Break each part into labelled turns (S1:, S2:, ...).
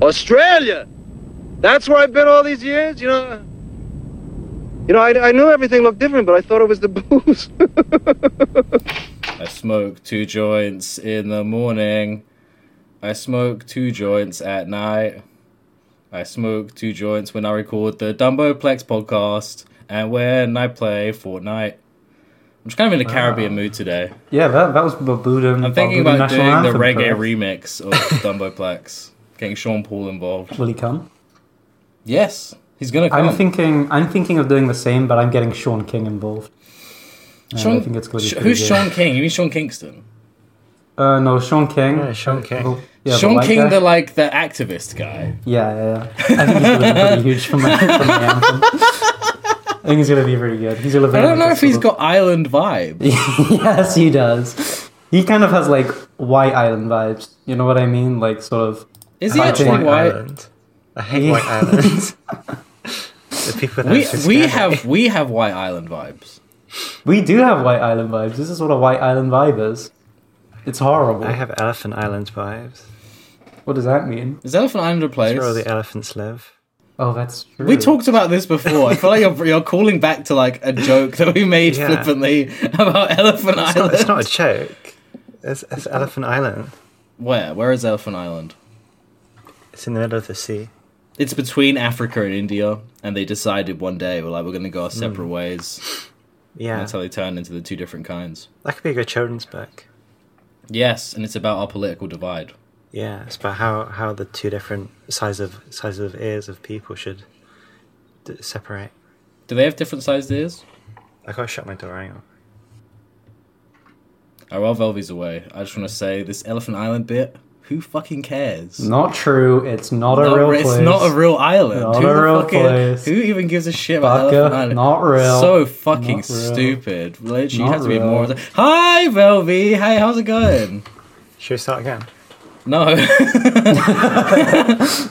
S1: Australia! That's where I've been all these years, you know. You know, I, I knew everything looked different, but I thought it was the booze.
S2: I smoke two joints in the morning. I smoke two joints at night. I smoke two joints when I record the Dumbo Plex podcast and when I play Fortnite. I'm just kind of in a Caribbean mood today.
S3: Yeah, that, that was Barbudan.
S2: I'm thinking
S3: Barbudan
S2: about
S3: National
S2: doing the
S3: Anthem
S2: reggae remix
S3: first.
S2: of Dumbo Plex, getting Sean Paul involved.
S3: Will he come?
S2: Yes, he's gonna come.
S3: I'm thinking. I'm thinking of doing the same, but I'm getting Sean King involved. And I think it's going to
S2: Sh-
S3: be pretty
S2: who's
S3: good.
S2: Sean King? You mean Sean Kingston?
S3: Uh, no, Sean King.
S4: Yeah, Sean King.
S3: The- yeah, the
S2: Sean
S3: white
S2: King,
S3: guy.
S2: the like the activist guy.
S3: Yeah, yeah, yeah. I think he's gonna be pretty huge for my, for my anthem. I think he's gonna be pretty good. He's gonna. Be
S2: I don't
S3: like
S2: know
S3: a
S2: if he's
S3: sort
S2: got island vibe.
S3: of- yes, he does. He kind of has like White Island vibes. You know what I mean? Like sort of.
S2: Is he
S3: I
S2: actually
S3: think-
S4: White
S2: white?
S4: Island. I hate White Islands. the people that
S2: We
S4: are
S2: we
S4: Hispanic.
S2: have we have white island vibes.
S3: We do have White Island vibes. This is what a White Island vibe is. It's horrible.
S4: I have Elephant Island vibes.
S3: What does that mean?
S2: Is Elephant Island a place?
S4: That's where all the elephants live.
S3: Oh, that's true.
S2: We talked about this before. I feel like you're, you're calling back to like a joke that we made
S4: Yeah.
S2: flippantly about Elephant
S4: It's
S2: Island.
S4: not, it's not a joke. It's, it's Elephant Island.
S2: Where? Where is Elephant Island?
S4: It's in the middle of the sea.
S2: It's between Africa and India, and they decided one day, well, like, we're going to go our separate ways.
S4: Hmm. Yeah,
S2: That's how they turned into the two different kinds.
S4: that could be a good children's book.
S2: Yes, and it's about our political divide.
S4: Yeah, it's about how, how the two different size of sizes of ears of people should d- separate.
S2: Do they have different sized ears?
S4: I gotta shut my door. Hang on.
S2: Oh, while Velvy's away, I just want to say this Elephant Island bit. Who fucking cares?
S3: Not true. It's not a
S2: Not
S3: real
S2: re-
S3: place.
S2: it's not a real island.
S3: Not
S2: who
S3: a
S2: the
S3: real
S2: fucking-
S3: place.
S2: Who even gives a shit about
S3: Fucker,
S2: Elephant Island?
S3: not real.
S2: So fucking
S3: Not real.
S2: stupid. Literally, you
S3: Not
S2: have to be
S3: real.
S2: more. of a- Hi, Velvy. Hey, how's it going?
S4: Should we start again?
S2: No.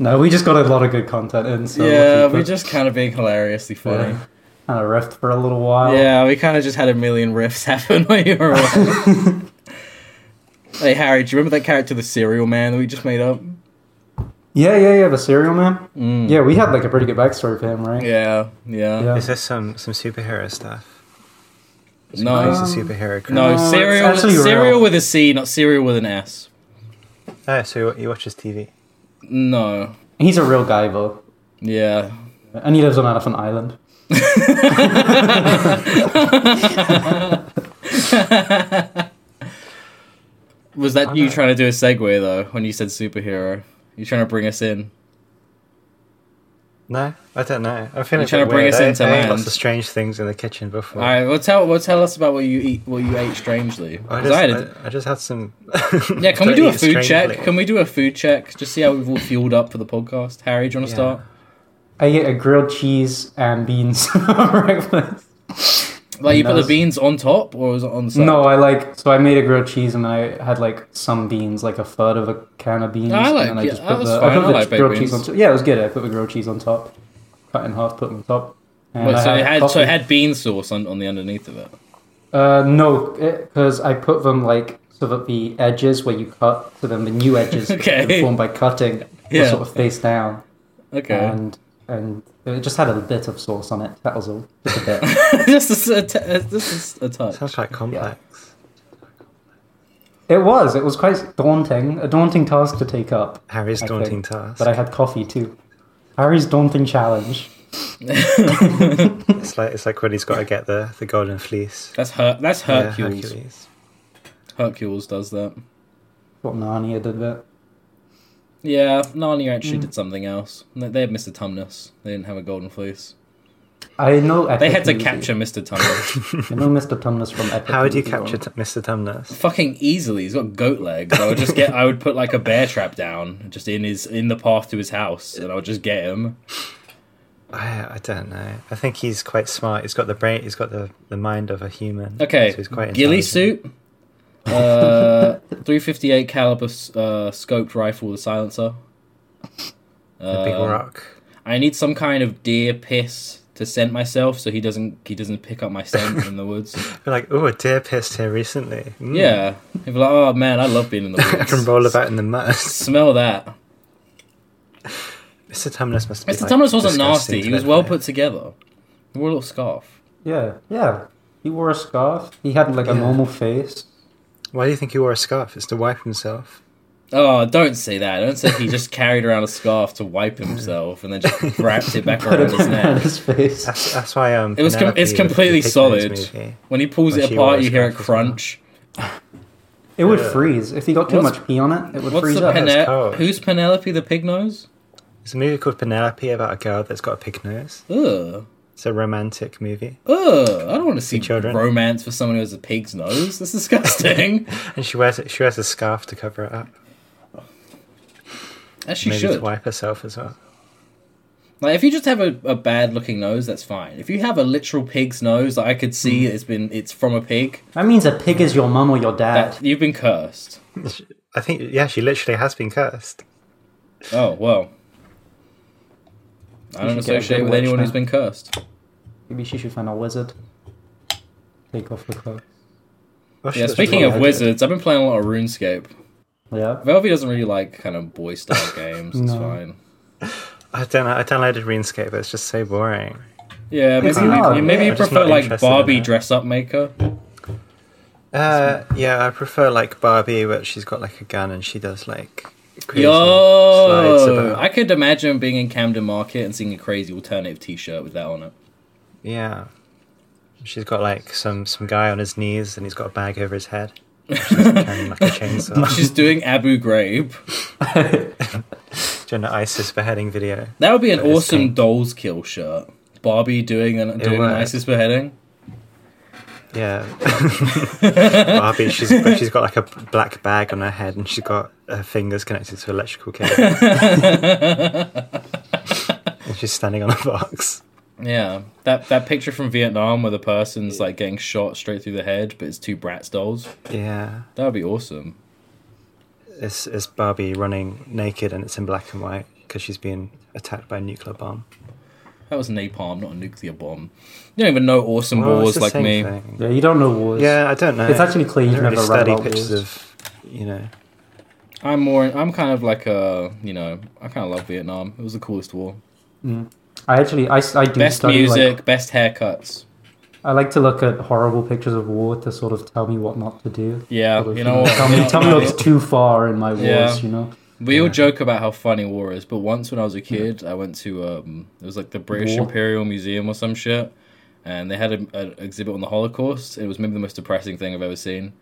S3: No, we just got a lot of good content in. So we'll
S2: yeah,
S3: keep
S2: we're
S3: it.
S2: just kind of being hilariously funny.
S3: Yeah. kind of riffed for a little while.
S2: Yeah, we kind of just had a million riffs happen when you were away. hey, Harry, do you remember that character, the Serial Man, that we just made up?
S3: yeah, yeah, yeah. The serial man. Yeah, we had like a pretty good backstory for him, right?
S2: Mm. Yeah, yeah.
S3: Yeah.
S4: Is this some some superhero stuff?
S2: No,
S4: Oh, it's a superhero. crap.
S2: no,
S3: No, it's
S2: Serial,
S3: actually real.
S2: Serial with a C, not Serial with an S.
S4: Oh, so he watches TV.
S2: No.
S3: He's a real guy though,
S2: Yeah.
S3: and he lives on Elephant Island.
S2: Was that you trying to do a segue though when you said superhero? You trying to bring us in?
S4: No, I don't know. I'm feeling
S2: You're trying
S4: a bit
S2: to bring
S4: weird.
S2: us
S4: I-
S2: into
S4: I ate
S2: land.
S4: lots of strange things in the kitchen before.
S2: All right, well tell well tell us about what you eat, what you ate strangely.
S4: I
S2: 'Cause
S4: just,
S2: I had a-
S4: I, I just had some.
S2: yeah, can we
S4: Don't
S2: do a
S4: eat
S2: food check?
S4: strangely.
S2: Can we do a food check? Just see how we've all fueled up for the podcast. Harry, do you want
S4: Yeah.
S2: to start?
S3: I ate a grilled cheese and beans for breakfast.
S2: Like you put the
S3: Those-
S2: beans on top or was it on the side?
S3: No, I like so I made a grilled cheese and I had like some beans, like a third of a can of beans.
S2: I like-
S3: and
S2: yeah, that was
S3: the,
S2: fine. I
S3: put the
S2: like baked
S3: grilled cheese on
S2: beans.
S3: top. Yeah, it was good. I put the grilled cheese on top, cut in half, put on top. And
S2: Wait,
S3: I
S2: so it had so
S3: coffee.
S2: it had bean sauce on, on the underneath of it.
S3: Uh, no, because I put them like so that the edges where you cut, so then the new edges
S2: Okay.
S3: that formed by cutting
S2: Yeah.
S3: were sort of face down,
S2: Okay,
S3: and and it just had a bit of sauce on it. That was all, just a bit.
S2: just a, s- a t- a- just a, s- a touch.
S4: Sounds quite complex.
S3: it was. It was quite daunting, a daunting task to take up.
S4: Harry's
S3: I
S4: daunting
S3: think.
S4: task.
S3: But I had coffee too. Harry's daunting challenge.
S4: It's like it's like when he's got to get the, the golden fleece.
S2: That's her. That's
S4: Yeah,
S2: Hercules. Hercules. does that.
S3: What Narnia did that.
S2: Yeah, Narnia
S4: Mm.
S2: actually did something else. They they had Mr. Tumnus. They didn't have a golden fleece.
S3: I know.
S2: They had to
S3: Epicules.
S2: capture Mr. Tumnus
S3: I know Mr. Tumnus from Epic.
S4: How would you capture t- Mr. Tumnus?
S2: fucking easily. He's got goat legs. I would just get. I would put like a bear trap down, just in his in the path to his house, and I would just get him.
S4: I, I don't know. I think he's quite smart. He's got the brain. He's got the, the mind of a human.
S2: Okay,
S4: so he's quite
S2: ghillie
S4: intelligent.
S2: suit, uh, 358 caliber uh, scoped rifle with a silencer.
S4: A big
S2: Um,
S4: rock.
S2: I need some kind of deer piss to scent myself, so he doesn't he doesn't pick up my scent in the woods.
S4: We're like, oh, a deer pissed here recently. Mm,
S2: Yeah, he'd be like, oh man, I love being in the
S4: I
S2: woods.
S4: can roll about in the mud.
S2: Smell that.
S4: Mr. Tumnus must. Be,
S2: Mr.
S4: like,
S2: Tumnus wasn't
S4: disgusting
S2: nasty.
S4: to
S2: He was
S4: live
S2: well
S4: with.
S2: put together. He wore a little scarf.
S3: Yeah, yeah. He wore a scarf. He had like a
S4: Yeah.
S3: normal face.
S4: Why do you think he wore a scarf? It's to wipe himself.
S2: Oh, don't say that. Don't say he just carried around a scarf to wipe himself and then just wrapped it back
S3: Put
S2: around
S3: it
S2: his
S3: around
S2: neck.
S3: his face.
S4: That's, that's why um.
S2: It was com-
S4: Penelope
S2: it's
S4: with
S2: completely
S4: the
S2: solid.
S4: Pigments movie-
S2: When he pulls
S4: Well,
S2: it
S4: she wore
S2: apart,
S4: a
S2: you hear it
S4: scarf as well.
S2: crunch.
S3: It would
S4: Yeah.
S3: freeze if he got too
S2: What's-
S3: much pee on it. It would
S2: What's
S3: freeze
S2: the
S3: up.
S4: Pene-
S2: Penelope?
S4: cold.
S2: Who's Penelope the pig nose?
S4: It's a movie called Penelope about a girl that's got a pig nose.
S2: Ugh.
S4: It's a romantic movie,
S2: Ugh. I don't want to see
S4: children.
S2: romance for someone who has a pig's nose. That's disgusting.
S4: and she wears it. She wears a scarf to cover it up.
S2: As she
S4: Maybe to
S2: should.
S4: wipe herself as well.
S2: Like, if you just have a, a bad looking nose, that's fine. If you have a literal pig's nose, that I could see it's been it's from a pig.
S3: That means a pig is your mum or your dad.
S2: That you've been cursed.
S4: I think yeah, she literally has been cursed.
S2: Oh well. I
S3: You
S2: don't
S3: should get a
S2: associate
S3: good
S2: with
S3: witch
S2: anyone who's
S3: then.
S2: been cursed.
S3: Maybe she should find a wizard. Take off the clothes.
S4: Well, she
S2: Yeah,
S4: looks
S2: speaking
S4: really
S2: of
S4: good.
S2: wizards, I've been playing a lot of RuneScape.
S3: Yeah.
S2: Velvy doesn't really like kind of boy style games. It's
S3: No.
S2: fine.
S4: I don't know. I downloaded RuneScape, but it's just so boring.
S2: Yeah, maybe
S3: It's
S2: you-
S3: not,
S2: you, maybe
S3: yeah.
S2: you
S4: I'm just
S2: prefer
S4: not
S2: like
S4: interested in
S2: Barbie
S4: it.
S2: dress up maker.
S4: Uh, yeah, I prefer like Barbie, but she's got like a gun and she does like crazy slides
S2: Yo,
S4: about.
S2: I could imagine being in Camden Market and seeing a crazy alternative T-shirt with that on it.
S4: Yeah, she's got like some some guy on his knees and he's got a bag over his head. She's carrying like a chainsaw
S2: She's doing Abu Ghraib.
S4: during the ISIS beheading video.
S2: That would be an
S4: But it's
S2: awesome
S4: pink.
S2: Dolls Kill shirt. Barbie doing an, doing an
S4: would.
S2: ISIS beheading.
S4: Yeah, Barbie, she's she's got like a black bag on her head and she's got her fingers connected to electrical cables. and she's standing on a box.
S2: Yeah, that that picture from Vietnam where the person's like getting shot straight through the head, but it's two Bratz dolls.
S4: Yeah.
S2: That would be awesome.
S4: It's, it's Barbie running naked and it's in black and white because she's been attacked by a nuclear bomb.
S2: That was napalm, not a nuclear bomb. You don't even know awesome
S4: Well, it's
S2: wars
S4: the
S2: like
S4: same
S2: me.
S4: thing.
S3: Yeah, you don't know wars.
S4: Yeah, I don't know.
S3: It's actually clear
S4: I
S3: you've
S4: don't
S3: never
S4: really
S3: read
S4: study
S3: about
S4: pictures
S3: wars.
S4: of, you know.
S2: I'm more. I'm kind of like a. You know, I kind of love Vietnam. It was the coolest war.
S3: Mm. I actually, I, s- I do
S2: Best
S3: study, like-
S2: music, best haircuts.
S3: I like to look at horrible pictures of war to sort of tell me what not to do.
S2: Yeah,
S3: Sort of,
S2: you know what?
S3: Tell
S2: You
S3: me,
S2: know
S3: tell me
S2: what?
S3: what's too far in my wars,
S2: Yeah.
S3: you know?
S2: We all joke about how funny war is, but once when I was a kid, I went to um, it was like the British
S3: War?
S2: Imperial Museum or some shit, and they had a- an exhibit on the Holocaust. It was maybe the most depressing thing I've ever seen.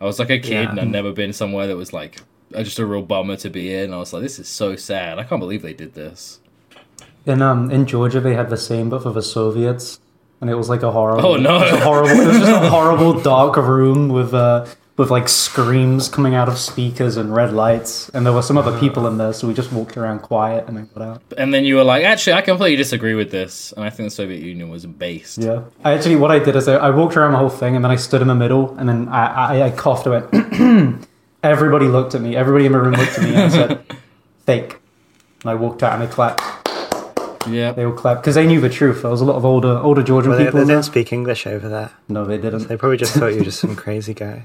S2: I was like a kid,
S4: Yeah.
S2: and I'd never been somewhere that was like uh, just a real bummer to be in. I was like, this is so sad. I can't believe they did this.
S3: In, um, in Georgia, they had the same, but for the Soviets. And it was like a horrible.
S2: Oh, no.
S3: It was, a horrible, it was just a horrible dark room with, uh, with like screams coming out of speakers and red lights. And there were some
S2: Uh.
S3: other people in there, so we just walked around quiet and then got out.
S2: And then you were like, actually, I completely disagree with this, and I think the Soviet Union was based.
S3: Yeah. I actually, what I did is I, I walked around the whole thing and then I stood in the middle and then I, I, I coughed. I went, everybody looked at me. Everybody in my room looked at me and I said, fake. And I walked out and they clapped.
S2: Yeah.
S3: They all clapped because they knew the truth. There was a lot of older older Georgian
S4: Well, they,
S3: people.
S4: they
S3: in
S4: don't
S3: there.
S4: speak English over there.
S3: No, they didn't.
S4: They probably just thought you were just some crazy guy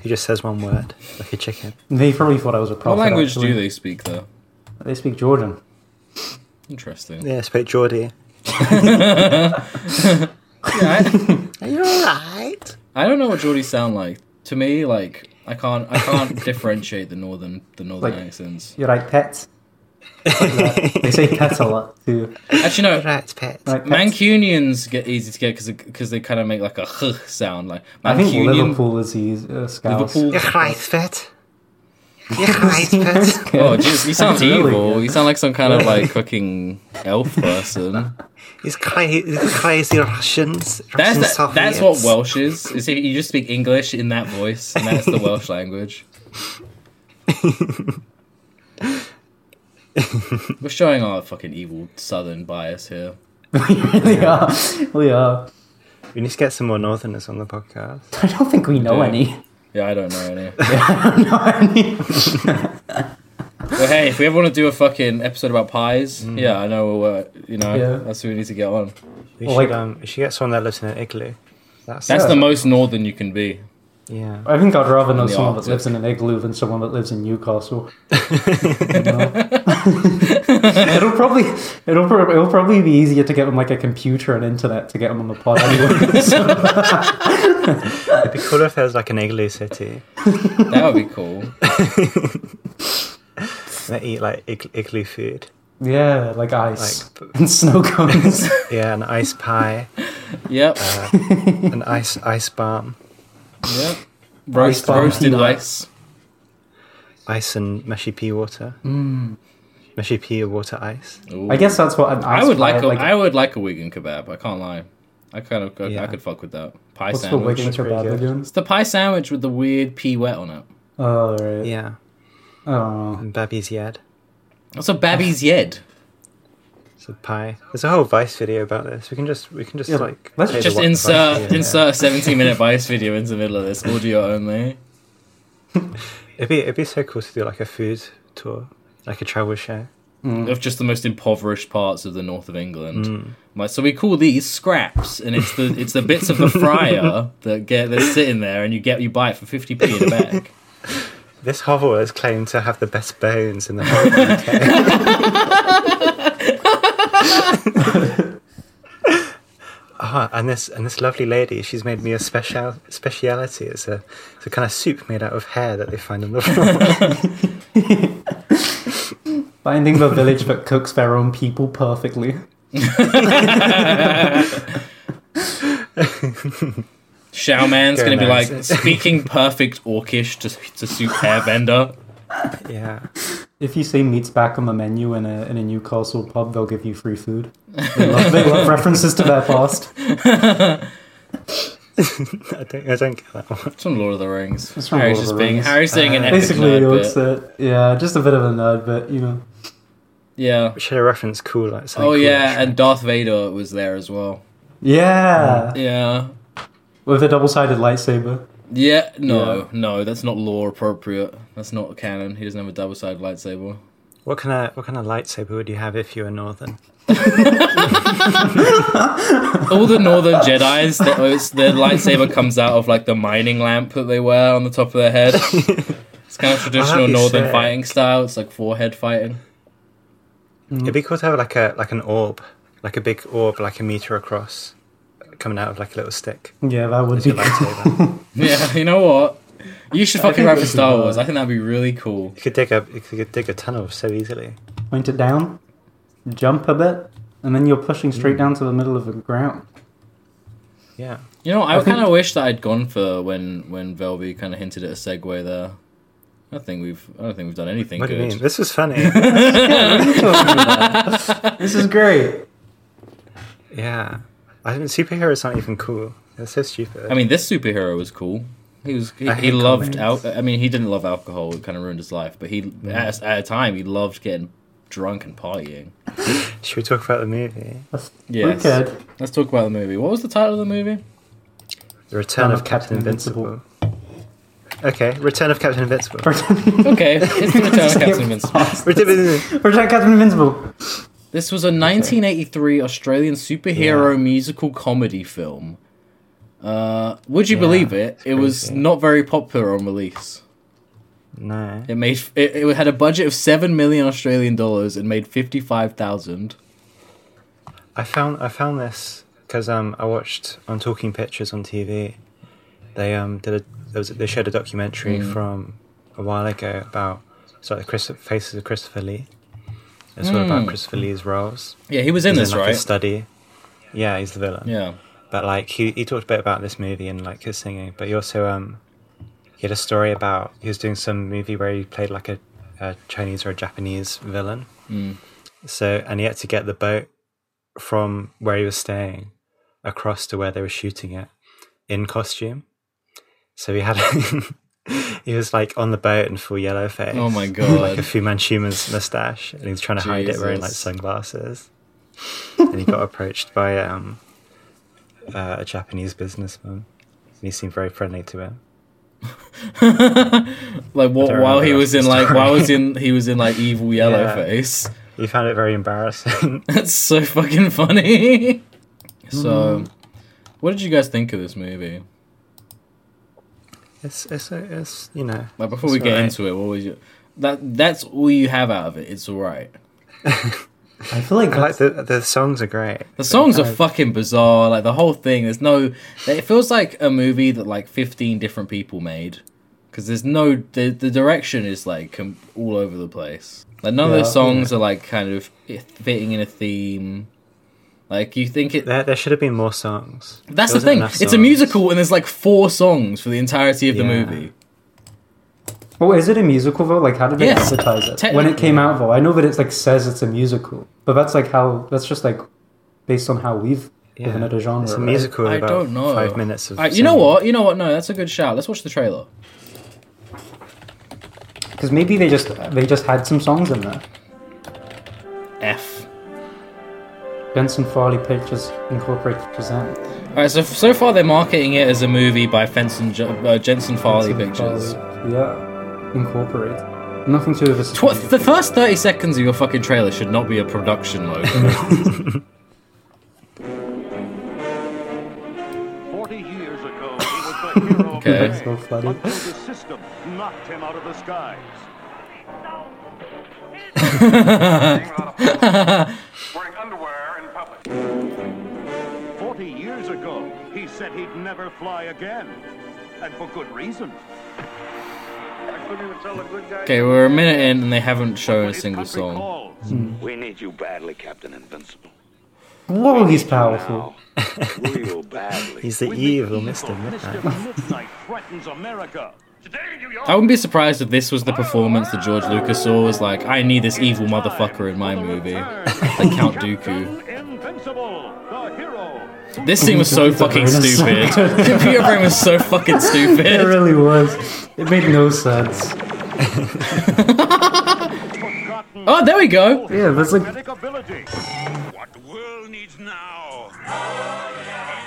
S4: who just says one word like a chicken.
S3: They probably thought I was a prophet.
S2: What language
S3: actually.
S2: do they speak though?
S3: They speak Georgian.
S2: Interesting.
S4: Yeah, I spoke Geordie.
S2: I,
S4: Are you alright?
S2: I don't know what Geordies sound like. To me, like I can't I can't differentiate the northern the northern
S3: Like-
S2: accents.
S3: You're like pets. Like that. they say pets a lot too.
S2: Actually, no.
S4: Right, pet.
S3: Like pets.
S2: Mancunians get easy to get because they kind of make like a "h" sound. Like
S3: I think
S2: Mancunian.
S3: Liverpool is the uh, Scouse.
S2: Liverpool.
S4: You're right, pet. You're right, pet.
S2: Oh, jeez, he sounds
S3: Really
S2: evil.
S3: good.
S2: You sound like some kind of like fucking elf person.
S4: These crazy, these crazy Russians.
S2: That's
S4: Russian
S2: that, that's what
S4: Soviets.
S2: Welsh is. Is if you just speak English in that voice, and that's the Welsh language. We're showing our fucking evil southern bias here.
S3: we are. We are.
S4: We need to get some more Northerners on the podcast.
S3: I don't think we know
S2: Yeah.
S3: any.
S2: Yeah, I don't know any.
S3: I
S2: Well, hey, if we ever want to do a fucking episode about pies, yeah, I know. We'll, uh, you know,
S3: Mm. Yeah.
S2: that's who we need to get on.
S4: We
S3: Well, Oh, like-
S4: should, um, we should get someone that lives in an igloo.
S2: That's
S3: Yeah.
S2: the most northern you can be.
S4: Yeah.
S3: I think I'd rather know
S2: the
S3: someone that
S2: Arctic.
S3: lives in an igloo than someone that lives in Newcastle. It'll probably it'll, prob- it'll probably be easier to get them like a computer and internet to get them on the pod anyway. So,
S4: It'd be cool if there was like an igloo city.
S2: That would be cool.
S4: They eat like ig- igloo food.
S3: yeah, like ice
S4: Like-
S3: and snow cones.
S4: Yeah, an ice pie, uh,
S2: Yep.
S4: an ice ice bomb,
S2: yep. Roast,
S3: Ice bomb
S2: roasted
S3: peanuts.
S2: ice.
S4: ice and mushy pea water. Mm.
S2: Hmm.
S4: Mushy pea water ice.
S2: Ooh.
S3: I guess that's what an ice
S2: I would
S3: pie-
S2: like a,
S3: like
S2: I would like a Wigan kebab. I can't lie. I kind of I,
S4: Yeah.
S2: I could fuck with that pie
S3: what's the
S2: sandwich.
S3: Wigan
S4: That's pretty
S3: kebab
S4: good.
S3: again?
S2: It's the pie sandwich with the weird pea wet on it.
S3: Oh right.
S4: Yeah,
S3: Oh.
S4: and Babby's Yad.
S2: That's a Babby's Yed.
S4: It's a pie. There's a whole Vice video about this. We can just we can just
S3: Yeah,
S4: like
S3: let's
S4: play the
S2: Just
S4: what- Vice
S2: insert
S4: video.
S2: insert a 17 minute Vice video into the middle of this audio only.
S4: It'd be it'd be so cool to do like a food tour, like a travel show.
S2: of just the most impoverished parts of the north of England.
S3: Hmm.
S2: Like, so we call these scraps, and it's the it's the bits of the fryer that get they're sitting there, and you get you buy it for fifty p in a bag.
S4: This hovel is claimed to have the best bones in the whole. Ah, and this and this lovely lady, she's made me a special speciality. It's a it's a kind of soup made out of hair that they find on the floor.
S3: Finding the village that cooks their own people perfectly.
S2: Showman's
S4: Very
S2: gonna be
S4: nice.
S2: like speaking perfect Orcish to to suit hair vendor.
S4: yeah,
S3: If you say meat's back on the menu in a in a Newcastle pub, they'll give you free food. They love, they love references to their past.
S4: I don't I don't get that one.
S2: It's from Lord of the Rings.
S3: It's from
S2: Harry's
S3: Lord of
S2: just
S3: the
S2: being
S3: Rings.
S2: Harry's saying an
S4: Uh,
S2: epic
S3: Basically,
S2: nerd
S3: it's
S2: bit.
S3: a, yeah, just a bit of a nerd, but you know,
S2: Yeah.
S4: Should I reference cool like something
S2: Oh
S4: cool
S2: yeah,
S4: like
S2: and Darth Vader was there as well.
S3: yeah,
S2: Yeah.
S3: with a double-sided lightsaber.
S2: Yeah, no, no, that's not lore appropriate. That's not canon. He doesn't have a double sided lightsaber.
S4: Shrek? what kind of what kind of lightsaber would you have if you were northern?
S2: all the northern jedis the, their lightsaber comes out of like the mining lamp that they wear on the top of their head it's kind of traditional
S4: be
S2: northern
S4: sick.
S2: fighting style it's like forehead fighting
S4: It'd be cool to have like a like an orb, like a big orb, like a meter across, coming out of like a little stick.
S3: Yeah, that would
S4: It's a
S3: be.
S4: lightsaber.
S2: yeah you know what you should fucking
S3: think
S2: write for
S3: we should
S2: star
S3: buy-
S2: wars i think that'd be really cool
S4: you could dig a you could dig a tunnel so easily.
S3: Point it down, jump a bit, and then you're pushing straight down to the middle of the ground.
S4: Yeah.
S2: you know i,
S3: I think-
S2: kind of wish that i'd gone for when when velvy kind of hinted at a segue there I don't think we've. I don't think we've done anything
S4: What do you
S2: good.
S4: mean? This was funny.
S3: This is great.
S4: yeah. I mean, superheroes aren't even cool. They're so stupid.
S2: I mean, this superhero was cool. He was. He,
S4: I
S2: he
S4: hate
S2: loved. Al-
S4: comics.
S2: I mean, he didn't love alcohol. It kind of ruined his life. But he, at, at a time, he loved getting drunk and partying.
S4: Should we talk about the movie?
S2: Yes.
S3: Wicked.
S2: Let's talk about the movie. What was the title of the movie?
S4: The Return of Captain Invincible. Okay, Return of Captain Invincible.
S2: Okay, it's the Return of Captain Invincible.
S4: Return-
S3: Protect Captain Invincible.
S2: This was a 1983 Australian superhero
S4: Yeah.
S2: musical comedy film. Uh, would you
S4: Yeah,
S2: believe it? It was
S4: crazy.
S2: not very popular on release.
S4: no.
S2: It made it, it had a budget of seven million Australian dollars and made fifty five thousand.
S4: I found I found this because um I watched on Talking Pictures on TV. They um did a there was a, they showed a documentary from a while ago about sort of the Chris, faces of Christopher Lee. It's all about Christopher Lee's roles.
S2: Yeah, he was in
S4: He's
S2: this,
S4: in, like,
S2: right?
S4: A study. Yeah, he's the villain.
S2: yeah,
S4: But like he, he talked a bit about this movie and like his singing, but he also um he had a story about he was doing some movie where he played like a, a Chinese or a Japanese villain.
S2: Mm.
S4: So and he had to get the boat from where he was staying across to where they were shooting it in costume. So he had he was like on the boat in full yellow face.
S2: Oh my
S4: with,
S2: God.
S4: Like a Fu Manchuman's mustache, and he was trying to hide it wearing like
S2: Jesus.
S4: sunglasses. and he got approached by um uh, a Japanese businessman, and he seemed very friendly to him.
S2: like what,
S4: don't
S2: while he
S4: remember
S2: was
S4: the
S2: in like
S4: story.
S2: while was in he was in like evil yellow
S4: Yeah.
S2: face.
S4: He found it very embarrassing.
S2: That's so fucking funny. so, what did you guys think of this movie?
S4: It's it's it's you know.
S2: Like before we
S4: It's
S2: get
S4: alright.
S2: into it, what was your that? That's all you have out of it. It's all right.
S3: I feel like
S4: I like
S3: that's,
S4: the the songs are great.
S2: The songs are fucking bizarre. Like the whole thing. There's no. It feels like a movie that like 15 different people made. Because there's no. The, the direction is like com- all over the place. Like none of
S3: Yeah.
S2: the songs are like kind of eh, fitting in a theme. Like you think it.
S4: There, there should have been more songs.
S2: That's
S4: There
S2: the
S4: wasn't
S2: thing.
S4: enough
S2: It's a
S4: songs.
S2: musical, and there's like four songs for the entirety of the
S4: Yeah.
S2: movie.
S3: well, is it a musical though? Like, how did they
S2: Yes,
S3: advertise it when
S2: technically.
S3: it came out? Though I know that it's like says it's a musical, but that's like how that's just like based on how we've given it a genre.
S4: It's a
S3: right?
S4: musical.
S2: I
S4: about
S2: don't know.
S4: Five minutes of.
S2: Alright, you know
S4: singing.
S2: what? You know what? No, that's a good shout. Let's watch the trailer.
S3: Because maybe they just they just had some songs in there.
S2: F.
S3: Benson Farley Pictures Incorporated present.
S2: All right, so so far they're marketing it as a movie by Fenson jo- uh, Jensen Farley Pictures.
S3: Yeah, Incorporated. Nothing to do with
S2: Tw-
S3: this.
S2: the first thirty seconds of your fucking trailer should not be a production logo.
S5: 40 years ago, he was the hero of
S2: Okay.
S5: the day
S3: So flooded.
S5: until the system knocked him out of the skies.
S6: wearing underwear in public.
S5: 40 years ago, he said he'd never fly again. And for good reason.
S2: okay, we're a minute in and they haven't shown a
S5: His
S2: single
S5: country
S2: song.
S5: calls.
S7: We need you badly, Captain Invincible.
S3: Whoa, he's powerful.
S7: Now, real badly.
S4: He's the
S5: When
S4: evil Mister
S5: Mr.
S4: Midnight.
S5: Midnight threatens America. Today in New York,
S2: I wouldn't be surprised if this was the performance that George Lucas saw. Was like, I need this evil motherfucker in my movie, like Count Dooku.
S5: Invincible, the hero.
S2: This scene was so fucking stupid. Computer brain was so fucking
S3: It
S2: stupid.
S3: really was. It made no sense.
S5: Forgotten
S2: Oh, there we go.
S3: Yeah, that's like
S5: Medic ability.
S6: What the world needs now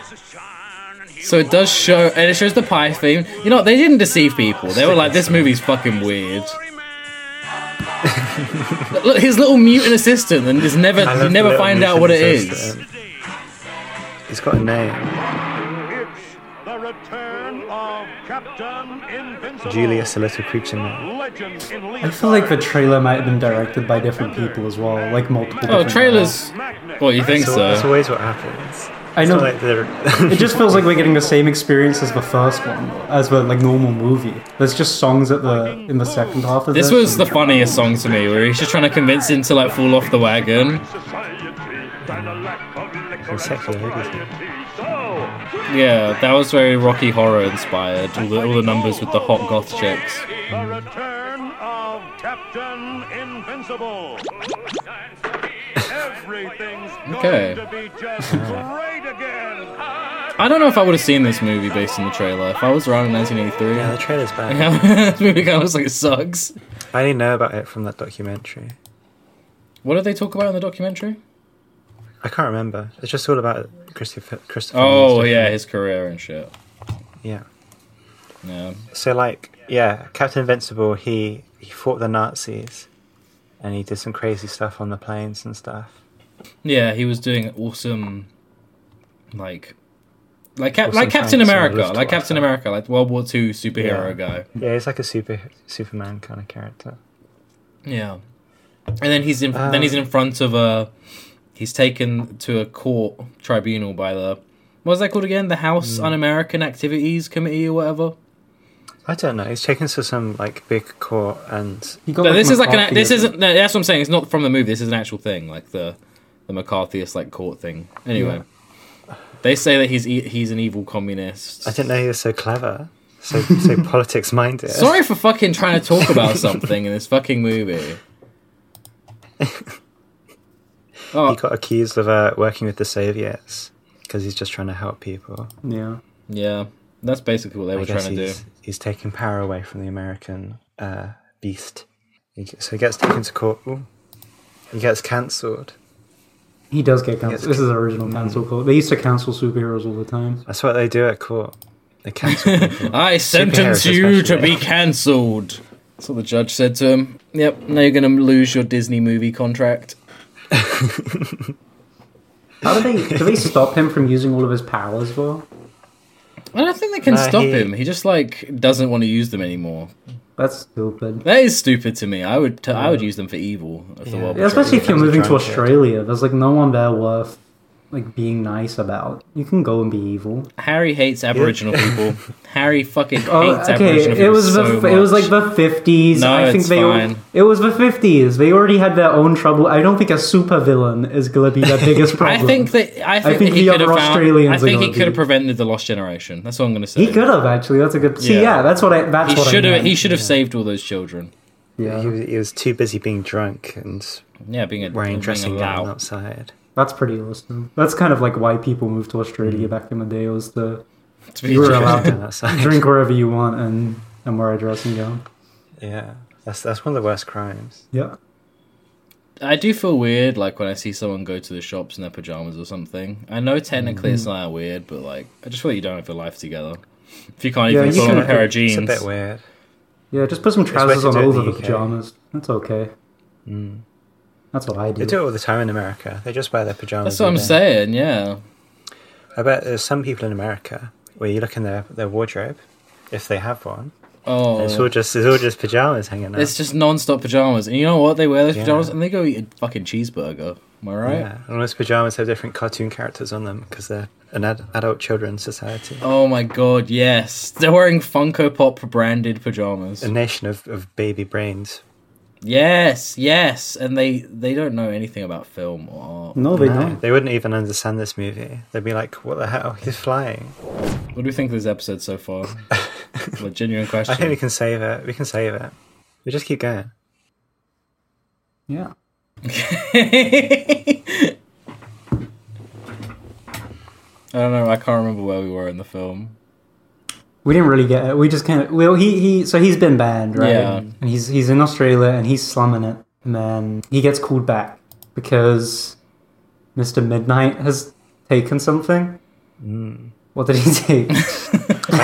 S6: is a shine and
S2: So it does show, and it shows the pie theme. You know, what, they didn't deceive people. They were like, this movie's fucking weird.
S6: glory, man.
S2: Look, his little mutant assistant, and just never
S4: I
S2: you
S4: love
S2: never
S4: the
S2: find
S4: little
S2: out what it
S4: missions
S2: is.
S4: that, um, It's got a name.
S5: It's the return of Captain Invincible.
S4: Julius, a little creature man.
S5: Legend in
S3: I feel like the trailer might have been directed by different people as well, like multiple.
S2: Oh,
S3: different
S2: trailers.
S5: Magnet.
S2: What you think
S4: That's, al- that's
S2: so?
S4: always what happens.
S3: I
S4: It's
S3: know.
S4: not like they're-
S3: It just feels like we're getting the same experience as the first one, as the like normal movie. There's just songs at the in the second half of
S2: This
S3: this.
S2: was the funniest song to me, where he's just trying to convince him to like fall off the wagon.
S4: sexual, isn't
S2: Yeah, that was very Rocky Horror inspired. All the, all the numbers with the hot goth chicks.
S5: The return of Captain Invincible. Everything's going
S2: Okay.
S5: to be just great again.
S2: I don't know if I would have seen this movie based on the trailer. If I was around in
S4: yeah, the
S2: 1983,
S4: trailer's bad.
S2: this movie kind of looks like it sucks.
S4: I only know about it from that documentary.
S2: What did they talk about in the documentary?
S4: I can't remember. It's just all about Christopher. Christopher
S2: Oh
S4: Nolan's
S2: yeah,
S4: different-
S2: his career and shit.
S4: yeah.
S2: Yeah.
S4: So like, yeah, Captain Invincible. He he fought the Nazis, and he did some crazy stuff on the planes and stuff.
S2: Yeah, he was doing awesome, like, like Cap-
S4: Awesome
S2: like Captain
S4: things, uh,
S2: America,
S4: Luftwaffe
S2: like Captain
S4: stuff.
S2: America, like World War II superhero
S4: Yeah.
S2: guy.
S4: Yeah, he's like a super Superman kind of character.
S2: Yeah, and then he's in. then he's in front of a. He's taken to a court tribunal by the. What was that called again? The House Un-American Activities Committee or whatever.
S4: I don't know. He's taken to some like big court, and
S3: He got,
S2: No, this is like an.
S3: McCarthy
S2: This
S3: as a-
S2: isn't. No, that's what I'm saying. It's not from the movie. This is an actual thing, like the, the McCarthyist like court thing. Anyway, they say that he's e- he's an evil communist.
S4: I didn't know he was so clever, so so politics minded.
S2: Sorry for fucking trying to talk about something in this fucking movie.
S4: He
S2: Oh,
S4: got accused of uh, working with the Soviets because he's just trying to help people.
S3: Yeah.
S2: yeah. That's basically what they were
S4: I guess
S2: trying to do.
S4: he's, he's taking power away from the American uh, beast. He g- so he gets taken to court. Ooh. He gets cancelled.
S3: He does get cancelled. This is the original cancel cult. They used to cancel superheroes all the time.
S4: That's what they do at court. They cancel people.
S2: I sentence you to be
S4: especially.
S2: cancelled. That's what the judge said to him. Yep, now you're going to lose your Disney movie contract.
S3: How do they do they stop him from using all of his powers though?
S2: I don't think they can
S4: Nah,
S2: stop
S4: he-
S2: him. He just like doesn't want to use them anymore.
S3: That's stupid.
S2: That is stupid to me. I would t- I would use them for evil if the
S4: Yeah.
S2: world.
S4: Yeah,
S3: Yeah,
S2: was
S3: especially if you're
S4: becomes a
S3: moving to
S4: drunk shit.
S3: Australia. There's like no one there worth like being nice about. You can go and be evil.
S2: Harry hates Aboriginal people. Harry fucking hates
S3: Oh, okay.
S2: Aboriginal people
S3: It was
S2: so
S3: the f it was
S2: much.
S3: like the fifties.
S2: No,
S3: I think
S2: it's
S3: they al-
S2: fine.
S3: it was the fifties. They already had their own trouble. I don't think a supervillain is gonna be their biggest problem.
S2: I think that I think,
S3: think
S2: that he
S3: the
S2: could have found.
S3: other
S2: I
S3: Australians are
S2: think he
S3: gonna
S2: could have
S3: be-
S2: prevented the lost generation. That's what I'm gonna say.
S3: he could have actually. That's a good. See,
S2: Yeah.
S3: yeah, that's what I. That's
S2: He
S3: what
S2: should
S3: I
S2: have.
S3: meant.
S2: He should have saved all those children.
S4: He,
S3: Yeah,
S4: was, he was too busy being drunk and
S2: Yeah, being a
S4: wearing
S2: being
S4: dressing
S2: a
S4: gown
S2: lout.
S4: outside.
S3: that's pretty awesome. That's kind of like why people moved to
S2: Mm-hmm.
S3: Australia back in the day. Was the
S2: To be
S3: You were
S2: fair.
S3: allowed
S4: Yeah,
S3: to
S4: outside.
S3: drink wherever you want and and wear a dressing gown.
S4: Yeah, that's that's one of the worst crimes.
S3: Yeah.
S2: I do feel weird, like when I see someone go to the shops in their pajamas or something. I know technically
S3: Mm.
S2: it's not that weird, but like I just feel like you don't have your life together if you can't
S3: Yeah,
S2: even
S3: you
S2: put on
S3: can-
S2: a pair of
S4: It's a
S2: jeans.
S4: bit weird.
S3: Yeah, just put some
S4: way
S3: trousers
S4: to
S3: on
S4: do it in
S3: over
S4: the
S3: the
S4: UK.
S3: pajamas. That's okay.
S2: Mm.
S3: That's what I do.
S4: They do it all the time in America. They just wear their pajamas.
S2: That's what
S4: all
S2: I'm
S4: day.
S2: saying. Yeah,
S4: I bet there's uh, some people in America where you look in their, their wardrobe, if they have one,
S2: Oh,
S4: and it's all just it's all just pajamas hanging out.
S2: it's just non-stop pajamas, and you know what? They wear those
S4: Yeah.
S2: pajamas and they go eat a fucking cheeseburger. Am I right?
S4: Yeah, and those pajamas have different cartoon characters on them because they're an ad- adult children's society,
S2: Oh my god, yes! They're wearing Funko Pop branded pajamas.
S4: a nation of, of baby brains.
S2: yes, yes, and they they don't know anything about film or art.
S3: No, they
S4: No,
S3: don't.
S4: they wouldn't even understand this movie. They'd be like, "What the hell? He's flying."
S2: What do you think of this episode so far? like genuine question.
S4: I think we can save it. We can save it. We just keep going.
S3: Yeah.
S2: I don't know. I can't remember where we were in the film.
S3: We didn't really get it. We just kind of well, he he. So he's been banned, right?
S2: Yeah.
S3: And he's he's in Australia and he's slumming it, and then he gets called back because Mister Midnight has taken something.
S2: Hmm.
S3: What did he take?
S4: I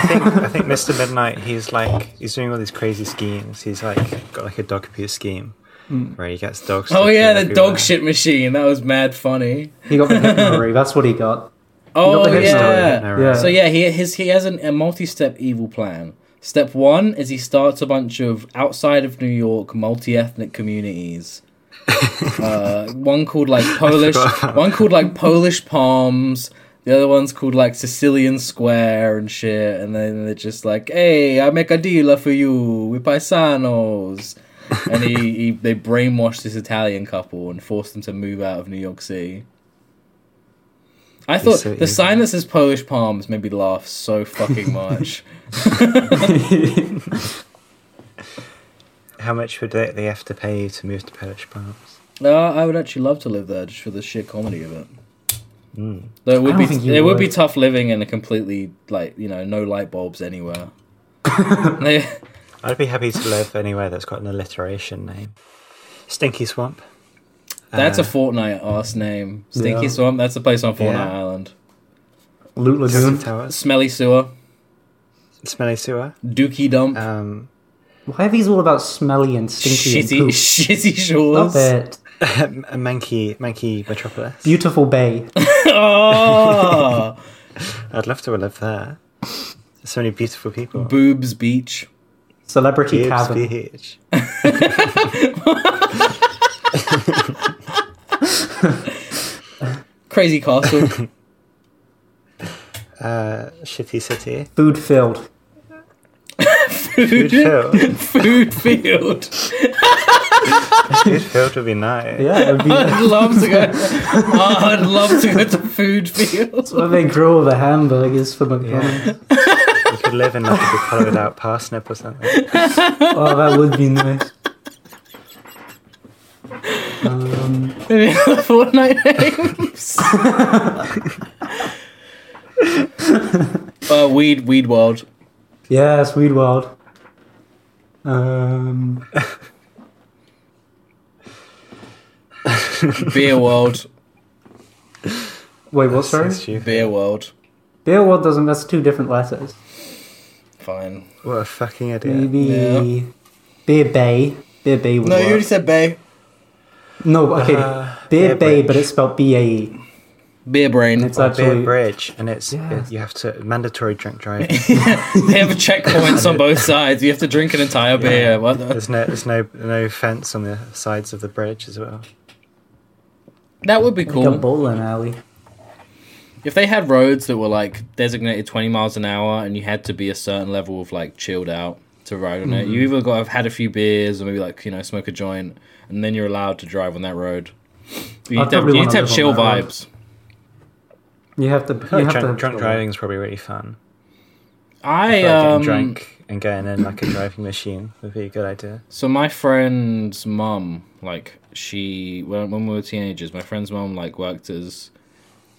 S4: think I think Mr. Midnight. He's like he's doing all these crazy schemes. He's like got like a dog poo scheme where he gets dogs.
S2: Oh
S4: to
S2: yeah,
S4: appear
S2: the dog
S4: everywhere.
S2: shit machine. That was mad funny.
S3: he got the hypnotary. That's what he got.
S2: Oh
S3: the hipster
S2: yeah.
S4: No,
S3: Yeah.
S4: right.
S2: So yeah, he his he has an, a multi-step evil plan. Step one is he starts a bunch of outside of New York multi-ethnic communities. uh, one called like Polish,
S4: forgot.
S2: one called like Polish Palms. The other one's called like Sicilian Square and shit. And then they're just like, "Hey, I make a deal for you, we paisanos." and he, he they brainwash this Italian couple and force them to move out of New York City. I thought
S4: so
S2: the
S4: evil.
S2: sign that says Polish palms made me laugh so fucking much.
S4: How much would they, they have to pay you to move to Polish Palms?
S2: no, I would actually love to live there just for the shit comedy of it. Though it would
S3: Mm. I
S2: be
S3: don't think you
S2: it would be
S3: would.
S2: tough living in a completely like you know no light bulbs anywhere. They-
S4: I'd be happy to live anywhere that's got an alliteration name. Stinky Swamp.
S2: that's a
S4: Uh,
S2: Fortnite ass name. Stinky
S3: Ah. Yeah.
S2: Swamp. That's a place on Fortnite
S4: Yeah.
S2: Island.
S3: Loot
S4: Tilted
S3: Lagoon.
S4: Towers.
S2: Smelly sewer.
S4: Smelly Sewer.
S2: Dookie dump.
S4: Um,
S3: Why are these all about smelly and Ah, stinky
S2: shitty
S3: and poop?
S2: shitty
S3: Stop
S2: shores.
S3: it.
S4: a Mankey, Mankey Metropolis.
S3: Beautiful bay.
S2: Oh,
S4: I'd love to live there. So many beautiful people.
S2: boobs beach.
S3: Celebrity
S4: Boobs
S3: cabin.
S4: Beach.
S2: Crazy castle.
S4: Uh, shitty City.
S3: Food filled.
S4: Food Field.
S2: food field.
S4: Food Field would be nice.
S3: Yeah, it'd be,
S2: I'd love to go. Oh, I'd love to go to food field.
S3: where they grow all the hamburgers for McDonald's.
S4: Yeah. you could live in like a big hollowed out parsnip or something.
S3: Oh, that would be nice. Um,
S2: Any other Fortnite names? uh, weed, weed world.
S3: Yes, Weed World. Um,
S2: Beer world.
S3: wait, what? Sorry,
S4: That's stupid.
S2: Beer world.
S3: Beer World doesn't. That's two different letters.
S2: Fine.
S4: What a fucking idiot.
S3: Maybe
S2: Yeah.
S3: Beer Bay. Beer Bay would work.
S2: said bay.
S3: no, okay,
S4: Uh,
S3: Beer
S4: Beer
S3: Bay,
S4: Bridge.
S3: but it's spelled B A E.
S2: Oh, Beer brain.
S3: It's
S4: Or
S3: actually
S4: beer bridge, and it's
S3: Yeah.
S4: it- you have to mandatory drink driving.
S2: they have checkpoints on both sides. You have to drink an entire beer. What the-
S4: There's no there's no no fence on the sides of the bridge as well.
S2: That would be
S3: like a
S2: cool.
S3: bowling alley.
S2: If they had roads that were like designated 20 miles an hour and you had to be a certain level of like chilled out to ride on it,
S3: Mm-hmm.
S2: you either got to have had a few beers or maybe like, you know, smoke a joint and then you're allowed to drive on that road. But you need to
S3: I'd
S2: have,
S3: probably
S2: you need
S3: wanna
S2: to have
S3: live on
S2: chill
S3: that road.
S2: vibes.
S3: You have to. You have to
S4: drunk, drunk driving is probably really fun.
S2: I,
S4: Like
S2: um,
S4: getting drunk and getting in like a driving machine would be a good idea.
S2: So my friend's mum, like she when when we were teenagers, my friend's mum like worked as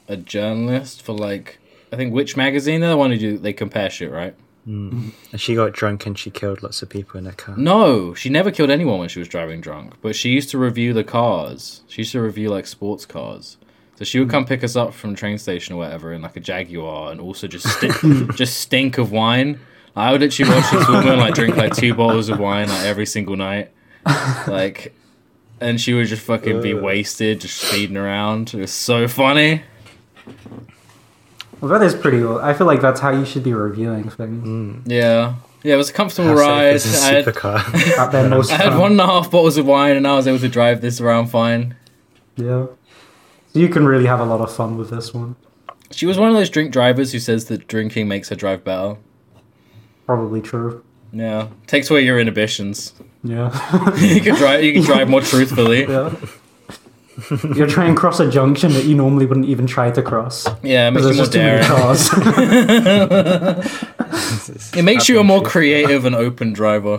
S2: a journalist for like I think which magazine? They're the one who do they compare shit, right?
S4: And she got drunk and she killed lots of people in her car.
S2: Mm, No, she never killed anyone when she was driving drunk, but she used to review the cars. She used to review like sports cars. So she
S4: Hmm.
S2: would come pick us up from the train station or whatever in like a Jaguar and also just stink, just stink of wine. I would literally watch this woman like drink like two bottles of wine like every single night. Like and she would just fucking be wasted, just speeding around. It was so funny.
S3: Well, that is pretty. Cool. I feel like that's how you should be reviewing things.
S2: Mm. Yeah. Yeah, it was a comfortable
S4: How
S2: ride.
S4: safe is
S2: I
S4: a
S2: had-
S4: supercar?
S3: At their most
S2: I had
S3: fun.
S2: one and a half bottles of wine and I was able to drive this around fine.
S3: Yeah. So you can really have a lot of fun with this one.
S2: She was one of those drink drivers who says that drinking makes her drive better.
S3: Probably true.
S2: Yeah, takes away your inhibitions.
S3: Yeah.
S2: You can drive. You can drive more truthfully. Yeah,
S3: yeah. You're trying to cross a junction that you normally wouldn't even try to cross.
S2: it makes you
S3: There's
S2: more
S3: just too many
S2: daring.
S3: cars.
S2: It makes you a more creative and open driver.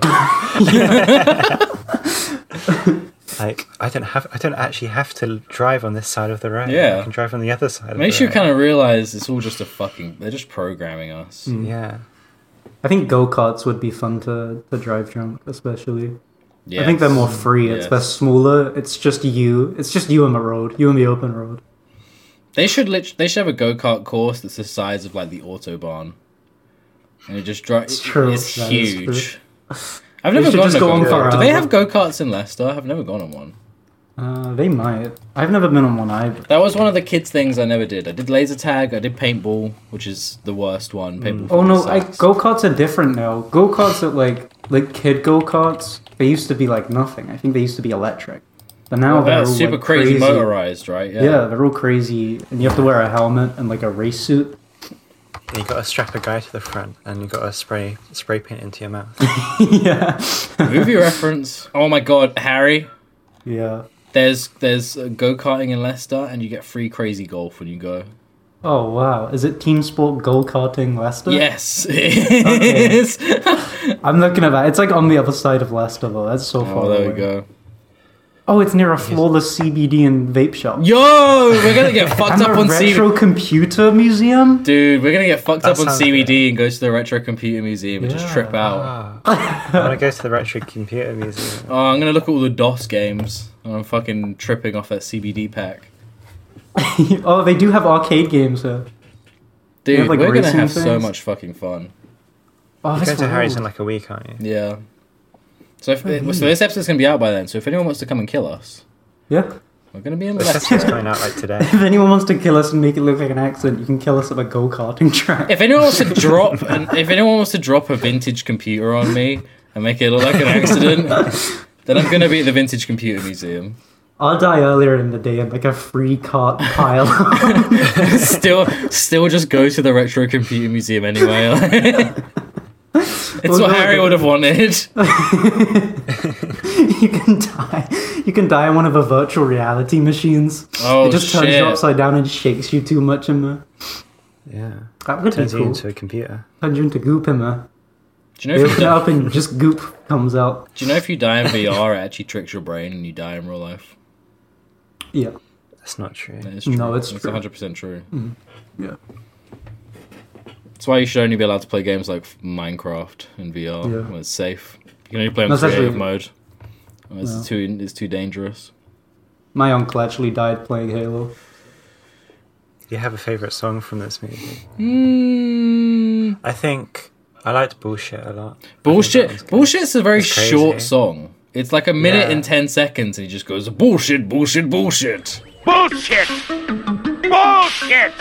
S4: like I don't have I don't actually have to drive on this side of the road.
S2: Yeah.
S4: I can drive on the other side.
S2: It makes
S4: of
S2: you
S4: the
S2: kind of realize it's all just a fucking. They're just programming us.
S3: Mm.
S4: of yeah.
S3: I think go karts would be fun to, to drive drunk, especially.
S2: Yeah,
S3: I think they're more free. It's
S2: Yes.
S3: they're smaller. It's just you. It's just you on the road. You on the open road.
S2: They should lit- They should have a go kart course that's the size of like the autobahn, and it just drives. It's
S3: true,
S2: It's
S3: that is
S2: huge. I've never
S3: should
S2: gone
S3: just
S2: to
S3: go on
S2: go
S3: for
S2: kart. Do they
S3: hours.
S2: have go karts in Leicester? I've never gone on one.
S3: Uh, they might. I've never been on one either.
S2: That was one of the kids' things I never did. I did laser tag, I did paintball, which is the worst one. Paintball.
S3: Oh
S2: fucking
S3: no! I,
S2: sucks.
S3: go karts are different now. Go karts are like like kid go karts. They used to be like nothing. I think they used to be electric, but now
S2: Well,
S3: they're all,
S2: that's super
S3: like,
S2: crazy, motorized, right? Yeah.
S3: Yeah, they're all crazy, and you have to wear a helmet and like a race suit.
S4: And you got to strap a guy to the front, and you got to spray spray paint into your mouth.
S3: yeah,
S2: Movie reference. Oh my god, Harry.
S3: yeah.
S2: There's there's go karting in Leicester, and you get free crazy golf when you go.
S3: Oh wow! Is it Team Sport Go Karting Leicester?
S2: Yes, it is.
S3: I'm looking at that. It's like on the other side of Leicester, though. That's so far
S2: oh, there we
S3: away.
S2: go.
S3: Oh, it's near a flawless CBD and vape shop.
S2: Yo, we're gonna get fucked
S3: and
S2: up
S3: a
S2: on
S3: retro
S2: CBD.
S3: computer museum.
S2: Dude, we're gonna get fucked
S4: That
S2: up on
S4: sounds
S2: CBD and go to the retro computer museum and just
S3: Yeah.
S2: trip out.
S4: Ah. I want to go to the retro computer museum.
S2: Oh, I'm gonna look at all the DOS games. And I'm fucking tripping off that CBD pack.
S3: oh, they do have arcade games here.
S2: Dude,
S3: have, like,
S2: we're gonna
S3: racing
S2: have so
S3: things?
S2: much fucking fun.
S3: Oh,
S4: You're
S3: that's
S4: going to Harry's in
S3: wild.
S4: like a week, aren't you?
S2: Yeah. So,
S3: Oh,
S2: if, so this episode's gonna be out by then. So if anyone wants to come and kill us,
S3: Yeah.
S2: we're gonna be in
S4: The
S2: Leicester.
S4: episode's coming out like today.
S3: If anyone wants to kill us and make it look like an accident, you can kill us at a go karting track.
S2: if anyone wants to drop, an, if anyone wants to drop a vintage computer on me and make it look like an accident, then I'm gonna be at the vintage computer museum.
S3: I'll die earlier in the day in like a free cart pile.
S2: Still, still, just go to the retro computer museum anyway. it's what
S3: Well, Oh, no,
S2: Harry
S3: but-
S2: would have wanted.
S3: you can die. You can die in one of the virtual reality machines.
S2: Oh,
S3: it just turns
S2: shit.
S3: you upside down and shakes you too much in there.
S4: Yeah.
S3: That would
S4: Turns
S3: be
S4: you
S3: cool.
S4: into a computer.
S3: Turns you into goop in there.
S2: Do you know
S3: You
S2: if you
S3: open it
S2: die,
S3: up and just goop comes out.
S2: do you know if you die in VR, it actually tricks your brain and you die in real life?
S3: Yeah.
S4: That's not true.
S2: That is true.
S3: No, it's
S2: It's
S3: true. Mm-hmm.
S2: 100% true.
S3: Yeah.
S2: That's why you should only be allowed to play games like Minecraft in VR
S3: Yeah.
S2: when it's safe. You can only play on
S3: That's
S2: creative
S3: actually-
S2: mode. Or It's too it's too dangerous.
S3: My uncle actually died playing Halo.
S4: Do you have a favorite song from this movie?
S2: Mm,
S4: I think I liked bullshit a lot.
S2: bullshit. Bullshit's a very
S4: That's crazy.
S2: short song. It's like a minute
S4: Yeah.
S2: and ten seconds, and he just goes bullshit, bullshit, bullshit.
S6: Bullshit! Bullshit!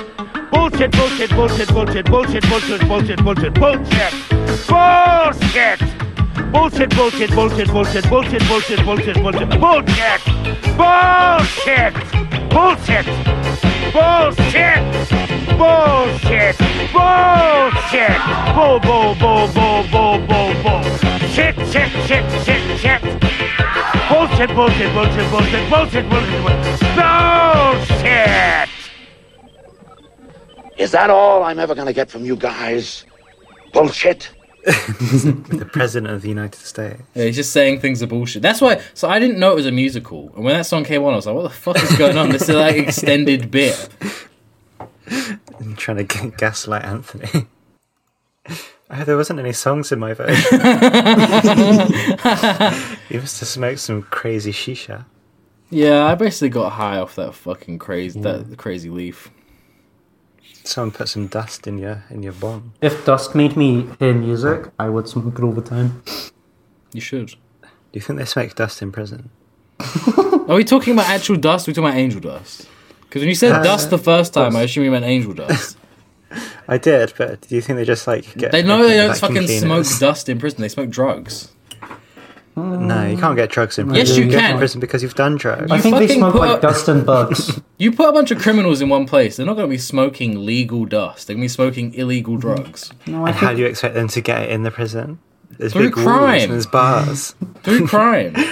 S6: Bullshit, bullshit, bullshit, bullshit, bullshit, bullshit, bullshit, bullshit, bullshit! Bullshit! Bullshit, bullshit, bullshit, bullshit, bullshit, bullshit, bullshit, bullshit, bullshit! Bullshit! Bullshit! Bullshit! Bullshit! Bullshit! Bull, bull, bull, bull, bull, bull, bull. Shit, shit, shit, shit, shit. Bullshit, bullshit, bullshit, bullshit, bullshit, bullshit, bullshit. Bullshit!
S7: Is that all I'm ever going to get from you guys? Bullshit.
S4: The president of the United States.
S2: Yeah, he's just saying things are bullshit. That's why. So I didn't know it was a musical, and when that song came on, I was like, "What the fuck is going on?" This is like extended bit.
S4: I'm trying to g- gaslight Anthony. Oh, there wasn't any songs in my version. you must have smoked some crazy shisha.
S2: Yeah, I basically got high off that fucking crazy that crazy leaf.
S4: Someone put some dust in your in your bong.
S3: If dust made me hear music, I would smoke it all the time.
S2: You should.
S4: Do you think they smoke dust in prison?
S2: Are we talking about actual dust? Or are we talking about angel dust? Because when you said dust the first time, I assume you meant angel dust.
S4: I did, but do you think they just like get?
S2: They know they don't
S4: vacuum
S2: fucking smoke
S4: cleaners?
S2: dust in prison. They smoke drugs.
S4: No, you can't get drugs in prison.
S2: Yes, you
S4: get
S2: can.
S4: in prison because you've done drugs.
S3: I think they
S2: fucking
S3: smoke
S2: put
S3: like
S2: up-
S3: dust and bugs.
S2: You put a bunch of criminals in one place. They're not going to be smoking legal dust. They're going to be smoking illegal drugs
S3: No, I
S4: And how
S3: think
S4: do you expect them to get it in the prison? There's
S2: Through
S4: big walls
S2: crime.
S4: and there's bars.
S2: through crime.
S4: and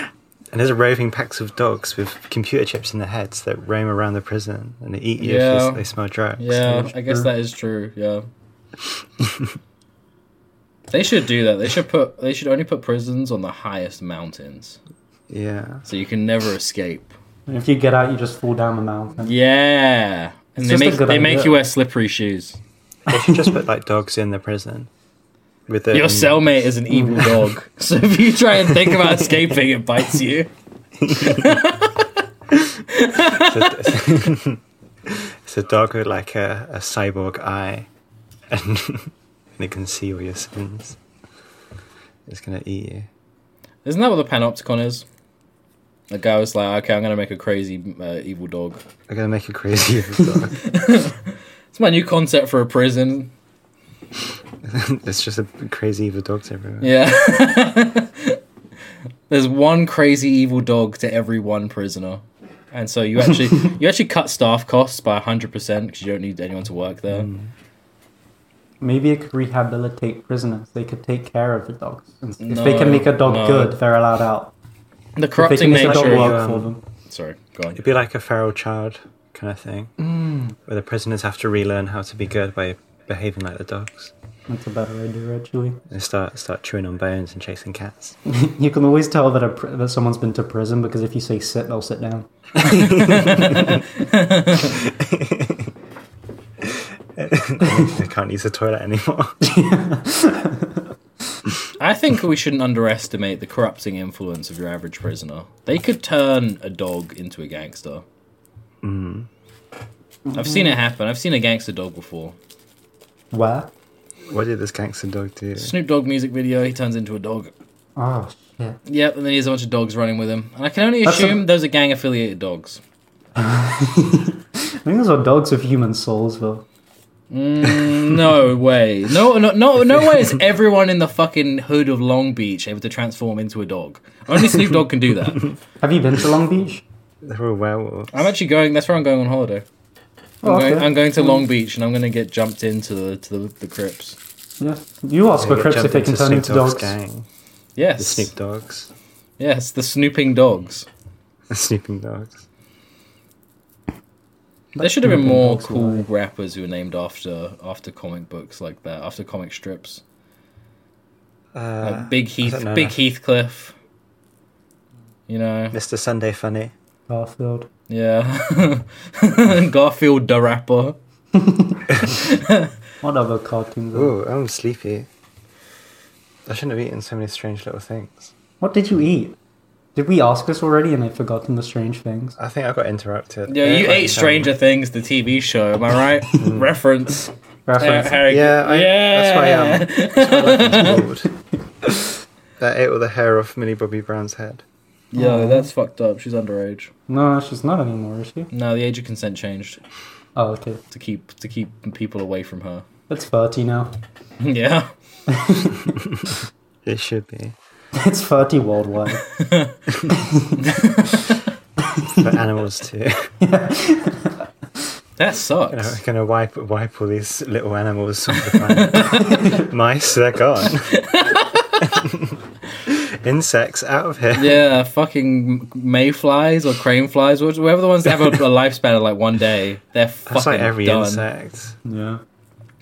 S4: there's roving packs of dogs with computer chips in their heads that roam around the prison and they eat you if
S2: Yeah.
S4: you- they smell drugs.
S2: Yeah, I guess that is true. Yeah. they should do that. They should put. They should only put prisons on the highest mountains,
S4: Yeah.
S2: so you can never escape.
S3: if you get out, you just fall down the mountain.
S2: Yeah, and they
S3: just a
S2: make they
S3: good
S2: make
S3: idea.
S2: you wear slippery shoes.
S4: They should just put like dogs in the prison. With the,
S2: Your
S4: and-
S2: cellmate is an evil dog, Mm. so if you try and think about escaping, it bites you.
S4: It's a dog with like a, a cyborg eye, and, and it can see all your sins. It's gonna eat you.
S2: Isn't that what the panopticon is? The guy was like, "Okay, I'm gonna make a crazy uh, evil dog."
S4: I'm gonna make a crazy dog.
S2: It's my new concept for a prison.
S4: It's just a crazy evil dogs everywhere.
S2: Yeah. There's one crazy evil dog to every one prisoner. And so you actually you actually cut staff costs by 100% because you don't need anyone to work there.
S3: Maybe it could rehabilitate prisoners. They could take care of the dogs. If they
S2: No,
S3: can make a dog
S2: no.
S3: good, they're allowed out.
S2: The
S3: If they
S2: corrupting
S3: can make a dog
S2: nature.
S4: work.
S3: work for
S4: um,
S3: them.
S2: Sorry, go on.
S4: It'd be like a feral child kind of thing,
S3: Mm.
S4: where the prisoners have to relearn how to be good by behaving like the dogs.
S3: That's a better idea, actually.
S4: They start start chewing on bones and chasing cats.
S3: You can always tell that a pr- that someone's been to prison because if you say sit, they'll sit down.
S4: they can't use the toilet anymore.
S2: I think we shouldn't underestimate the corrupting influence of your average prisoner. They could turn a dog into a gangster.
S3: Mm.
S2: I've seen it happen. I've seen a gangster dog before.
S3: Where?
S4: what did this gangster dog do?
S2: Snoop Dogg music video, he turns into a dog.
S3: Oh shit!
S2: Yep, and then he has a bunch of dogs running with him. And I can only
S3: That's a-
S2: assume those are gang affiliated dogs.
S3: I think those are dogs with human souls, though.
S2: No way. No, no, no, no way is everyone in the fucking hood of Long Beach able to transform into a dog. Only Snoop Dogg can do that.
S3: Have you been to Long Beach?
S4: They're all werewolves.
S2: I'm actually going. That's where I'm going on holiday. I'm,
S3: Oh,
S2: going,
S3: okay.
S2: I'm going to Long Beach, and I'm going to get jumped into the to the, the Crips.
S3: Yeah. You ask
S4: They
S3: for
S4: get
S3: crips if
S4: jumped
S3: they can turn
S4: Snoop
S3: into
S4: Dogg's
S3: dogs.
S4: Gang.
S2: Yes,
S4: The Snoop Dogs.
S2: yes, the snooping dogs.
S4: The Snooping Dogs.
S2: There should have been more
S3: dogs,
S2: cool rappers who were named after after comic books like that, after comic strips.
S4: Uh,
S2: Like Big Heath,
S4: don't know.
S2: Big Heathcliff. You know,
S4: Mr. Sunday Funny.
S3: Garfield.
S2: yeah, Garfield the rapper.
S3: What other cartoons? are-
S4: Ooh, I'm sleepy. I shouldn't have eaten so many strange little things.
S3: What did you eat? Did we ask this already and I've forgotten the strange things?
S4: I think I got interrupted.
S2: Yeah, you
S4: Like,
S2: ate Stranger Things, the TV show. Am I right? Reference.
S3: Reference.
S4: Um,
S2: Harry-
S4: yeah, I,
S2: yeah.
S4: that's why um, that's why I like it's called. That ate all the hair off Millie Bobby Brown's head.
S2: Yo, that's fucked up. She's underage.
S3: No, she's not anymore, is she?
S2: No, the age of consent changed.
S3: Oh, okay.
S2: to keep to keep people away from her.
S3: That's 30 now.
S2: yeah.
S4: It should be.
S3: It's 30 worldwide.
S4: For animals too.
S2: That sucks.
S4: I'm gonna wipe wipe all these little animals off the planet. Mice, they're gone. Insects out of here.
S2: Yeah, fucking mayflies or crane flies, which- whatever the ones that have a, a lifespan of like one day, they're fucking
S4: That's like every
S2: done.
S4: insect.
S3: yeah.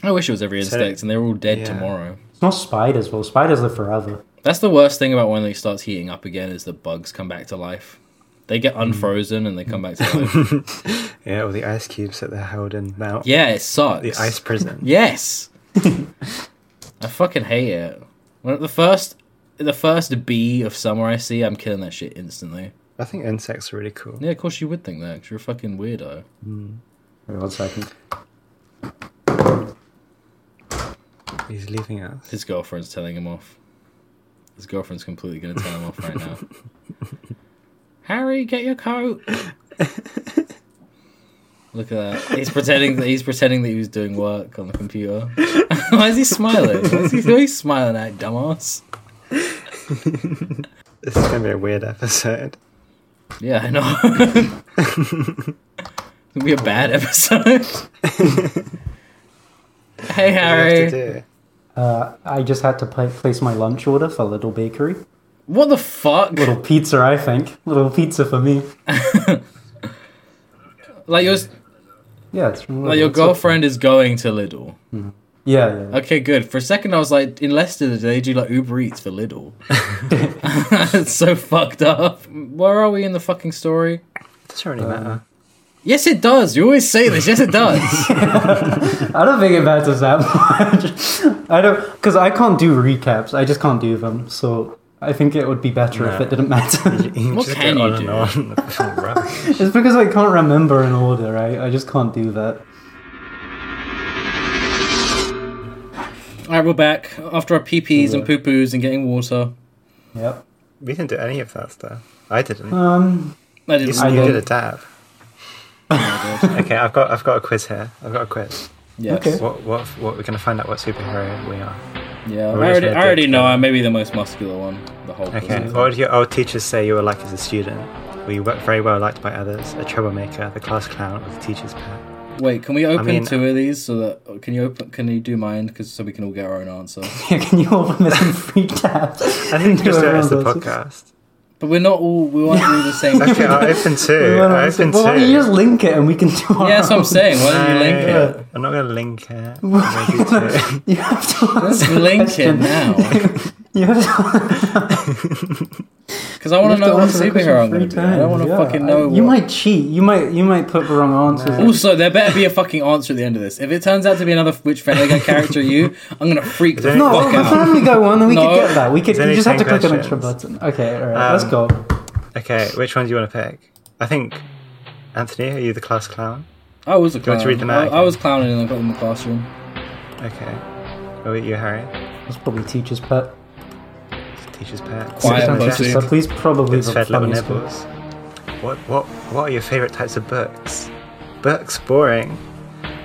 S2: I wish it was every
S4: So-
S2: insect, and they're all dead
S4: yeah.
S2: tomorrow.
S3: It's not spiders, well, spiders live forever.
S2: That's the worst thing about when it starts heating up again is the bugs come back to life. They
S4: Mm.
S2: get unfrozen and they come back to life.
S4: Yeah, all the ice cubes that they're held in now.
S2: yeah, it sucks.
S4: The ice prison.
S2: Yes. I fucking hate it. When the first, the first bee of summer I see, I'm killing that shit instantly.
S4: I think insects are really cool.
S2: Yeah, of course you would think that 'cause you're a fucking weirdo.
S3: Wait one second.
S4: He's leaving us.
S2: His girlfriend's telling him off. His girlfriend's completely going to tell him off right now. Harry, get your coat. Look at that. He's pretending that he's pretending that he was doing work on the computer. Why is he smiling? Why is he, who are you smiling at, dumbass?
S4: This is gonna be a weird episode.
S2: Yeah, I know. It'll be a bad episode. hey,
S4: What do you have
S2: Harry.
S4: to do?
S3: Uh, I just had to pla place my lunch order for Little Bakery.
S2: What the fuck?
S3: Little pizza, I think. Little pizza for me.
S2: Like your
S3: Yeah, it's from
S2: like your
S3: Lidl. It's a-
S2: girlfriend is going to Lidl.
S3: Yeah, yeah.
S2: Okay, good. For a second, I was like, in Leicester, they do like Uber Eats for Lidl. it's so fucked up. Where are we in the fucking story?
S4: Doesn't
S2: Uh,
S4: really matter.
S2: Yes, it does. You always say this. Yes, it does.
S3: I don't think it matters that much. I don't, because I can't do recaps. I just can't do them. So I think it would be better if
S4: No.
S3: it didn't matter.
S4: You
S2: What
S4: just
S2: can
S4: go
S2: you
S4: on
S2: do?
S4: and on. Right.
S3: it's because I can't remember an order. I, I just can't do that.
S2: All right, we're back after our pee pees and poo poos and getting water.
S3: Yep.
S4: we didn't do any of that stuff. I didn't.
S3: Um.
S2: Uh, I
S4: you
S2: didn't.
S4: you
S3: did.
S4: did a dab. okay, I've got I've got a quiz here. I've got a quiz.
S2: Yes.
S3: okay.
S4: What what what we're gonna find out what superhero we are.
S2: Yeah, I
S4: Or is
S2: already,
S4: it a
S2: I already
S4: dick
S2: know.
S4: joke?
S2: I'm maybe the most muscular one. The whole.
S4: Okay.
S2: Okay.
S4: What did your old teachers say you were like as a student? Were you we- very well liked by others, a troublemaker, the class clown, or the teacher's pet?
S2: Wait, can we open
S4: mean-
S2: two of these so that can you open? Can you do mine? Cause so we can all get our own answer.
S3: Can you open this in free tabs?
S4: I think just do it as the
S3: Everyone does it.
S4: podcast.
S2: But we're not all. We won't do the same.
S4: Okay, I open two.
S3: Well, I
S4: I open
S3: said,
S4: two.
S3: well, why don't you just link it and we can do our
S2: Yeah, that's what I'm saying. Why don't you link it?
S4: No, I'm not gonna link it. I'm gonna do two.
S3: You have to
S2: Let's
S3: answer the
S2: link it
S3: question.
S2: now.
S3: You have to,
S2: Because I want to
S3: you have
S2: know
S3: to
S2: what
S3: answer the question
S2: superhero I'm
S3: three
S2: going to be. I don't want to
S3: times, yeah.
S2: fucking know.
S3: You
S2: what-
S3: might cheat. You might you might put the wrong answers. in.
S2: Also, there better be a fucking answer at the end of this. If it turns out to be another Witch Family Guy character, you, I'm gonna freak the
S3: No,
S2: fuck
S3: the
S2: out.
S3: Family Guy one, then we
S2: No.
S3: could get that. We could.
S4: There's
S3: You
S4: only
S3: just have
S4: 10
S3: to click an extra
S4: questions.
S3: button. Okay, all right, let's
S4: Um,
S3: go.
S4: Okay, which one do you want to pick? I think Anthony, are you the class clown?
S2: I was a
S4: you
S2: clown.
S4: want to read them out
S2: I, I
S4: again?
S2: was clowning in the, in the classroom.
S4: Okay. What about you, Harry?
S3: That's probably teacher's pet.
S4: Teacher's pet.
S2: Quiet
S4: Sometimes
S2: pussy.
S4: it's-
S3: So please, probably
S4: It's
S3: the
S4: fed little
S3: funniest. one.
S4: nibbles. What what what are your favourite types of books? Books boring.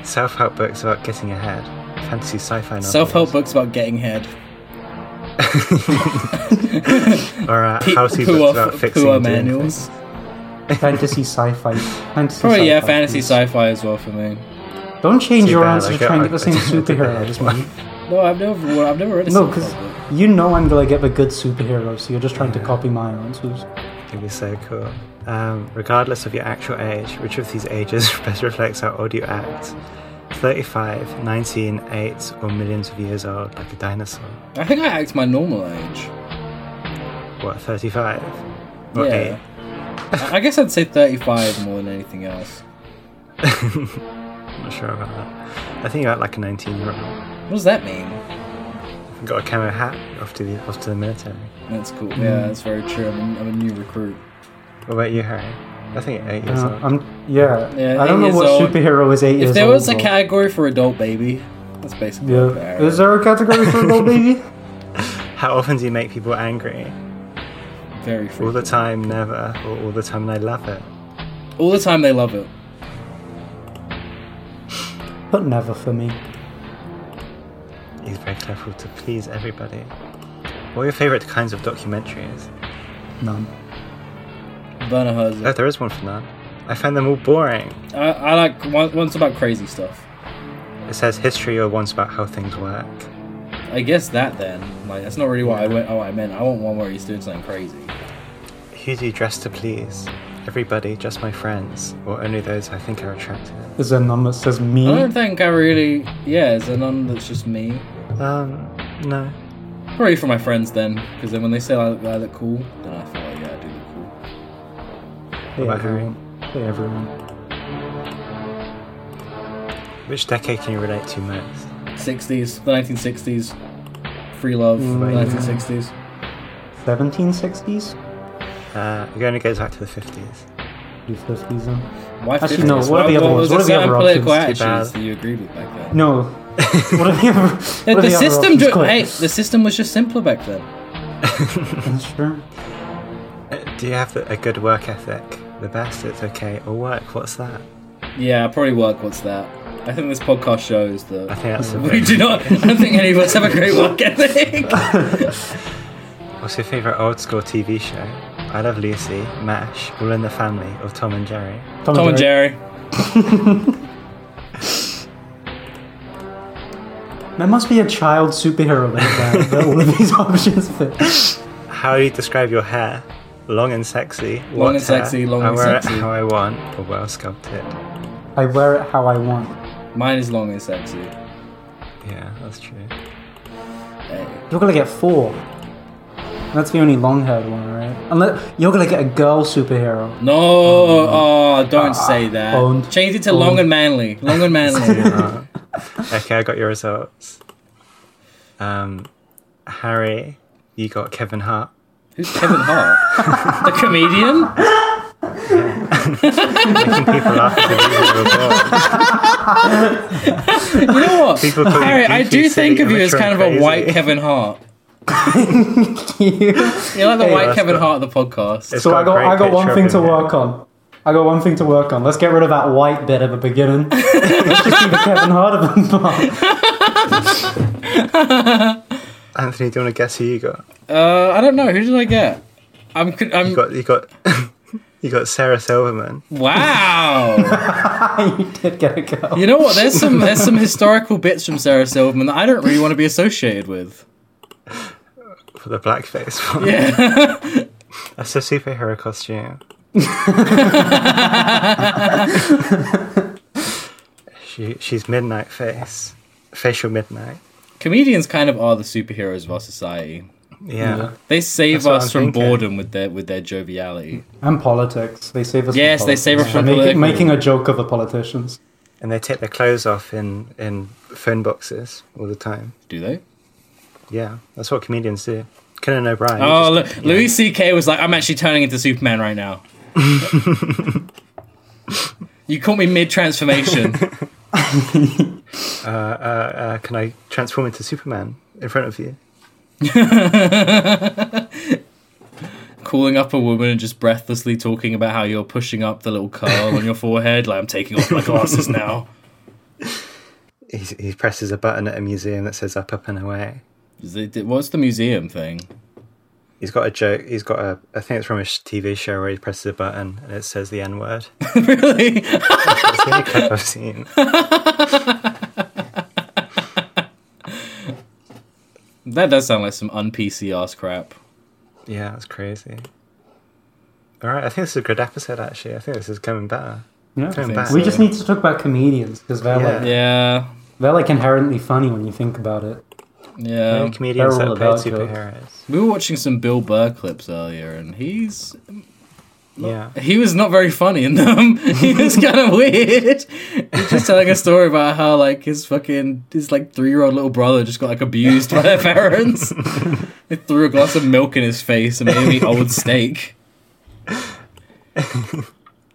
S4: Self help books about getting ahead. Fantasy sci fi novels.
S2: Self help books about getting head.
S4: Or uh,
S2: Pe-
S4: how to
S2: poo
S4: books about
S2: off,
S4: fixing
S2: poo
S4: and doing
S2: manuals.
S3: Fantasy sci-fi. Fantasy
S2: Probably yeah,
S3: sci-fi,
S2: fantasy
S3: please.
S2: sci-fi as well for me.
S3: Don't change
S4: Too
S3: your
S4: bad,
S3: answer
S4: I
S3: to try and get
S4: got-
S3: the same
S4: I took the
S3: superhero.
S4: bad
S3: Just
S4: one.
S3: me.
S2: No, I've never, well, I've never read a
S3: No,
S2: self-help
S3: because
S2: book.
S3: you know I'm gonna get the good superhero, so you're just trying to copy my answers.
S4: things. It'd be so cool. Um, regardless of your actual age, which of these ages best reflects how old you act? 35, 19, 8, or millions of years old, like a dinosaur.
S2: I think I act my normal age.
S4: What, 35? Or
S2: Yeah.
S4: 8?
S2: I I guess I'd say 35 more than anything else.
S4: I'm not sure about that. I think you're like a 19 year old.
S2: What does that mean?
S4: Got a camo hat off to the, off to the military.
S2: That's cool.
S4: Hmm.
S2: Yeah, that's very true. I'm, I'm a new recruut.
S4: What about you, Harry? I think eight years
S3: Uh,
S4: old.
S3: I'm yeah.
S2: Yeah,
S3: I don't
S2: eight
S3: know
S2: years
S3: what
S2: old.
S3: superhero is eight years
S2: If there
S3: old.
S2: was a
S3: though.
S2: category for adult baby, that's basically what
S3: Yeah.
S2: I
S3: Is
S2: am.
S3: there a category for little baby?
S4: How often do you make people angry?
S2: very
S4: All
S2: free.
S4: the time, never, or all the time and I love it.
S2: All the time they love it.
S3: but never for me.
S4: He's very careful to please everybody. What are your favourite kinds of documentaries?
S3: None.
S2: Werner
S4: Oh,
S2: Herzog.
S4: there is one for that. I find them all boring.
S2: I, I like one, one's about crazy stuff.
S4: It says history or ones about how things work.
S2: I guess that then. Like that's not really what I went. Oh, I meant I want one where he's doing something crazy.
S4: Who do you dress to please? Everybody, just my friends, or only those I think are attractive.
S3: Is there none that says
S2: I don't
S3: me?
S2: think I really. Yeah, is there none that's just me?
S4: Um, no.
S2: Probably for my friends then, because then when they say I look, I look cool, then I feel like yeah, I do look cool.
S3: Hey
S4: about Harry?
S3: everyone. Hey everyone.
S4: Which decade can you relate to most?
S2: 60s, the 1960s, free love,
S3: Mm.
S2: the 1960s.
S3: 1760s?
S4: Uh, it only goes back to the 50s.
S3: Do 50s then?
S2: Why
S3: Actually,
S2: 50s?
S3: no, what are the other
S2: was
S3: ones?
S2: there certain
S3: What are the other
S2: political
S3: options?
S2: attitudes
S4: Too bad.
S2: that you agreed with back then?
S3: No. what are the other, what
S2: The,
S3: are
S2: the
S3: other
S2: system,
S3: options?
S2: ju-
S3: Quick.
S2: hey, the system was just simpler back then.
S3: That's true.
S4: Uh, Do you have a good work ethic? The best, it's okay. Or work, what's that?
S2: Yeah, probably work. What's that? I think this podcast shows
S4: I
S2: that
S4: think that's a
S2: we
S4: bit.
S2: do not. I don't think any of us have a great work ethic.
S4: What's your favourite old school TV show? I Love Lucy, MASH, All in the Family, or Tom and Jerry.
S2: Tom and Jerry.
S3: There must be a child superhero league there that all of these options fit.
S4: How do you describe your hair? Long and sexy.
S2: Long
S4: what
S2: and
S4: hair?
S2: sexy, long
S4: I
S2: and
S4: wear
S2: sexy.
S4: it how I want, or well sculpted.
S3: I wear it how I want.
S2: Mine is long and sexy.
S4: Yeah, that's true.
S2: Hey.
S3: You're gonna get four. That's the only long haired one, right? Unless you're gonna get a girl superhero.
S2: No, oh, don't say
S4: uh,
S2: that.
S3: owned.
S2: Change it to long and manly. Long and manly.
S4: Okay, I got your results. Um, Harry, you got Kevin Hart.
S2: Who's Kevin Hart? the comedian?
S4: Making people laugh is a reasonable
S2: You
S4: goal.
S2: know what?
S4: People call you
S2: Harry, I
S4: goofy,
S2: do
S4: silly,
S2: think of you as
S4: immature,
S2: kind of
S4: and
S2: a white
S4: crazy.
S2: Kevin Hart.
S3: so
S2: You're like the
S3: Hey,
S2: white
S4: that's
S2: Kevin
S4: good.
S2: Hart of the podcast.
S4: It's got
S3: I
S4: a
S3: got
S4: great
S3: I got one
S4: picture of
S3: thing
S4: him
S3: to
S4: here.
S3: work on. I got one thing to work on. Let's get rid of that white bit at the beginning. Let's just keep the Kevin Hart of them part.
S4: Anthony, do you want to guess who you got?
S2: Uh, I don't know. Who did I get? I'm. con- I'm
S4: You got you got you got Sarah Silverman.
S2: wow.
S3: you did get a girl.
S2: you know what? There's some there's some historical bits from Sarah Silverman that I don't really want to be associated with.
S4: for the blackface one.
S2: Yeah.
S4: That's a superhero costume. she she's midnight face, facial midnight.
S2: Comedians kind of are the superheroes of our society.
S4: Yeah,
S2: They save
S4: That's what
S2: us
S4: I'm
S2: from
S4: thinking.
S2: boredom with their with their joviality.
S3: And politics. They save us. from
S2: Yes, they save us from
S3: politics. Making-
S2: political-
S3: Making a joke of the politicians.
S4: and they take their clothes off in in phone boxes all the time.
S2: Do they?
S4: Yeah, that's what comedians do. Conan O'Brien. he
S2: Oh,
S4: just-
S2: look, Louis C.K. was like, I'm actually turning into Superman right now. you caught me mid transformation.
S4: uh, can I transform into Superman in front of you?
S2: Calling up a woman and just breathlessly talking about how you're pushing up the little curl on your forehead. Like, I'm taking off my glasses now.
S4: He's, he presses a button at a museum that says "up, up and away."
S2: Is it- What's the museum thing?
S4: He's got a joke. He's got a. I think it's from a sh- TV show where he presses a button and it says the N word.
S2: really?
S4: That's the only clip I've seen.
S2: That does sound like some un PC ass crap.
S4: Yeah, that's crazy. All right, I think this is a good episode. Actually, I think this is coming better.
S3: Yeah.
S2: think
S4: Coming back.
S3: We just need to talk about comedians because they're
S4: Yeah.
S3: like
S2: Yeah.
S3: they're like inherently funny when you think about it.
S2: Yeah.
S4: comedians
S3: They're
S4: that
S3: all
S4: play
S3: about jokes.
S4: superheroes.
S2: We were watching some Bill Burr clips earlier, and he's
S4: Yeah,
S2: he was not very funny in them. he was kind of weird. He's just telling a story about how like his fucking his like three year old little brother just got like abused by their parents. they threw a glass of milk in his face and made him eat old steak.